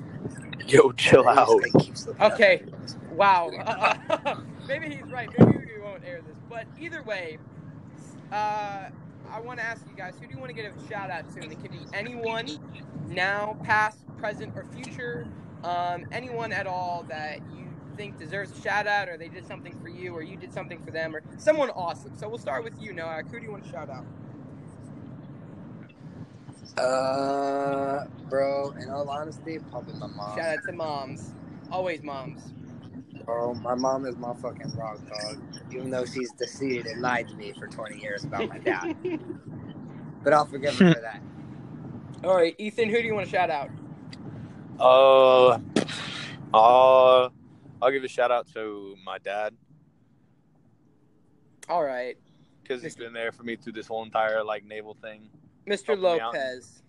S2: Yo, chill
S5: And he
S2: out.
S5: just, like, keeps looking up
S3: Okay.
S5: at everyone. It's weird.
S3: Wow. Uh, maybe he's right. Maybe we won't air this. But either way, uh, I want to ask you guys who do you want to give a shout out to? And it could be anyone now, past, present, or future. Um, anyone at all that you think deserves a shout out, or they did something for you, or you did something for them, or someone awesome. So we'll start with you, Noah. Who do you want to shout out?
S5: Uh, bro. In all honesty, probably my
S3: Shout
S5: mom.
S3: out to moms. Always moms.
S5: Oh, my mom is my fucking rock dog. Even though she's deceived and lied to me for 20 years about my dad, but I'll forgive her for that.
S3: All right, Ethan, who do you want to shout out?
S2: Uh, uh, I'll give a shout out to my dad
S3: All right,
S2: because he's been there for me through this whole entire like naval thing.
S3: Mr.
S2: Help me out.
S3: Lopez.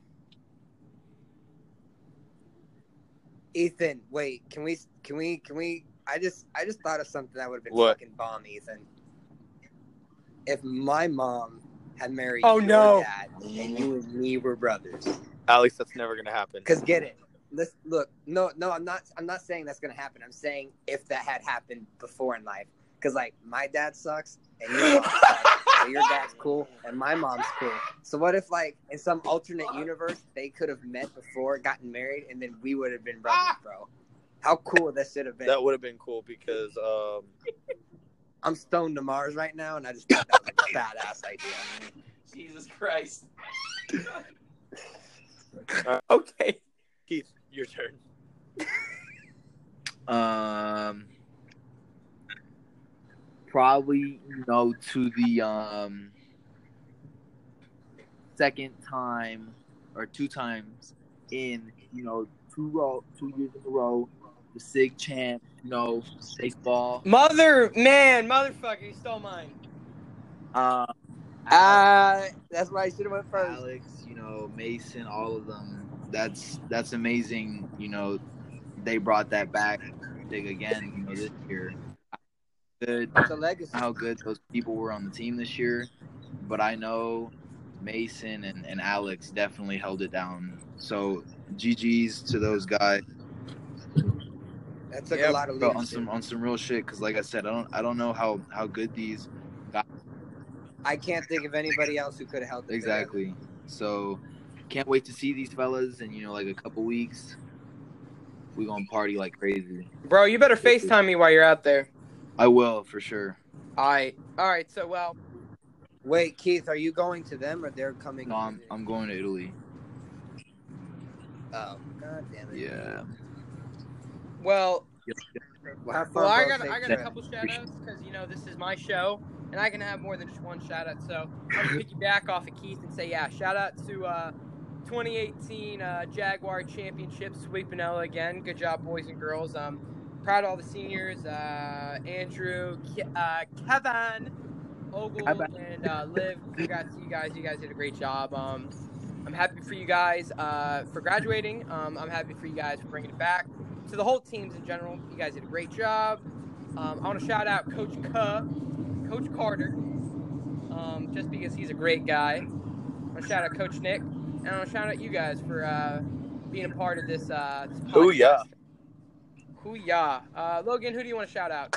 S5: Ethan, wait, can we? Can we? Can we? I just, I just thought of something that would have been
S2: What?
S5: fucking bomb, Ethan. If my mom had married
S3: Oh,
S5: your
S3: no.
S5: dad and you and me were brothers,
S2: At least that's never gonna happen.
S5: Because get it. Let's look. No, no, I'm not. I'm not saying that's gonna happen. I'm saying if that had happened before in life. Because like my dad sucks and your mom sucks, but your dad's cool and my mom's cool. So what if like in some alternate universe they could have met before, gotten married, and then we would have been brothers, bro? How cool that should have been.
S2: That would have been cool because um,
S5: I'm stoned to Mars right now, and I just thought that was a badass idea.
S6: Jesus Christ.
S3: Okay.
S2: Keith, your turn.
S9: Um, probably you know to the um second time or two times in you know two row two years in a row the Sig champ you know baseball.
S3: Mother, man, motherfucker, you stole mine.
S9: Uh,
S5: Ah, that's why I should have went first.
S9: Alex, you know, Mason, all of them. That's that's amazing. You know, they brought that back big again. You know, this year, good
S5: It's a legacy.
S9: how good those people were on the team this year, but I know Mason and, and Alex definitely held it down. So GGs to those guys
S5: That took
S2: Yeah,
S5: a lot of
S9: Bro, on
S5: leadership.
S9: some on some real shit. Because like I said, I don't I don't know how how good these
S5: I can't think of anybody else who could have held it together.
S9: exactly. So can't wait to see these fellas in you know like a couple weeks. We gonna party like crazy.
S3: Bro, you better FaceTime me while you're out there.
S9: I will for sure.
S3: All right. All right, so, well,
S5: Wait, Keith, are you going to them or they're coming?
S9: No, I'm I'm going to Italy.
S5: Oh, god damn it.
S9: Yeah.
S3: well,
S5: Well, have fun,
S3: Well, I
S5: bro.
S3: got
S5: Safe
S3: I got a
S5: trip.
S3: couple shout outs because you know this is my show and I can have more than just one shout out. So I'm gonna piggyback off of Keith and say, yeah, shout out to uh, 2018 uh, Jaguar Championship sweeping Ella again. Good job, boys and girls. Um, proud of all the seniors, uh, Andrew, Ke- uh, Kevin, Ogle, and uh, Liv. Congrats to you guys. You guys did a great job. Um, I'm happy for you guys uh, for graduating. Um, I'm happy for you guys for bringing it back. To the whole teams in general, you guys did a great job. Um, I want to shout out Coach K, Coach Carter, um, just because he's a great guy. I want to shout out Coach Nick, and I want to shout out you guys for uh, being a part of this. Uh, this podcast.
S2: Hoo-yah.
S3: Hoo-yah. Uh, Logan, who do you want to shout out?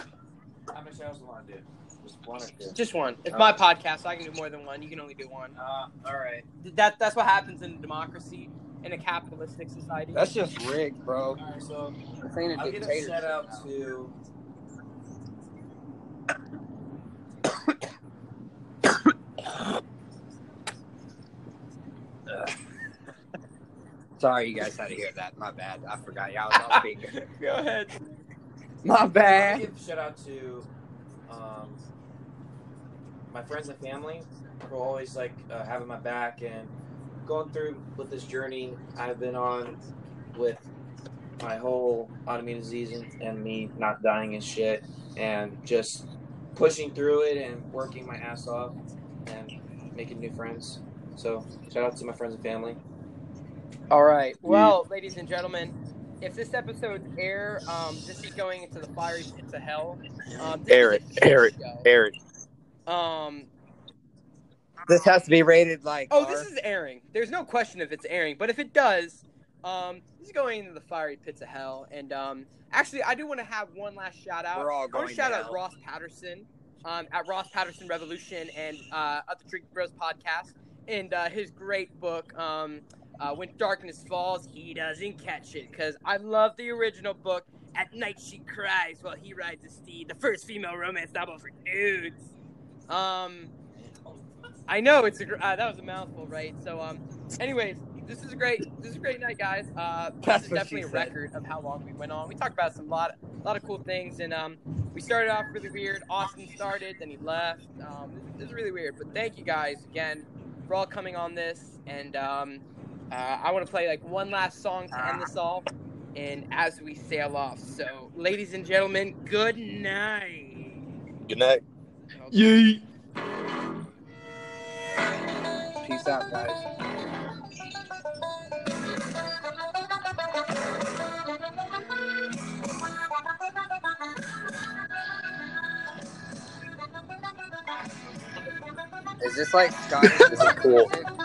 S6: How much else do you want to do? Just one or two.
S3: Just one. It's my podcast. I can do more than one. You can only do one.
S6: Uh, all right.
S3: That that's what happens in a democracy in a capitalistic society.
S5: That's just rigged, bro.
S6: All right. So
S5: This ain't a
S6: I'll give a
S5: dictatorship.
S6: shout out
S5: now.
S6: to.
S5: Sorry, you guys had to hear that. My bad. I forgot. Y'all was off speaker.
S3: Go ahead.
S5: My
S6: I'll
S5: bad.
S6: give a shout out to um, my friends and family who are always like uh, having my back and going through with this journey I've been on with my whole autoimmune disease and, and me not dying and shit and just pushing through it and working my ass off and making new friends. So shout out to my friends and family.
S3: All right. Well, ladies and gentlemen, if this episode's air, um, this is going into the fiery pits of hell. Um, this
S2: Air
S3: is
S2: it,
S3: a shit
S2: air it,
S3: show.
S2: Eric.
S3: Um,
S5: This has to be rated like.
S3: oh,
S5: R.
S3: this is airing. There's no question if it's airing, but if it does, um, this is going into the fiery pits of hell. And um, actually, I do want to have one last shout out.
S5: We're all
S3: I want
S5: going
S3: to shout
S5: to
S3: out
S5: hell.
S3: Ross Patterson um, at Ross Patterson Revolution and uh, at the Drink Bros podcast and uh, his great book, um, uh, When Darkness Falls, He Doesn't Catch It. Because I love the original book, At Night She Cries While He Rides a Steed, the first female romance novel for dudes. Um, I know it's a gr- uh, that was a mouthful, right? So, um, anyways, this is a great this is a great night, guys. Uh, this
S5: That's
S3: is
S5: what
S3: definitely
S5: she
S3: a
S5: said.
S3: record of how long we went on. We talked about some lot a lot of cool things. And um, we started off really weird. Austin started, then he left. Um, it was really weird. But thank you guys again for all coming on this. And um, uh, I want to play like one last song to end this all. And as we sail off, so ladies and gentlemen, good night. Oh,
S12: Good night.
S9: Yay.
S5: Peace out, guys. Is this like Scottish?
S12: This is cool.
S5: music?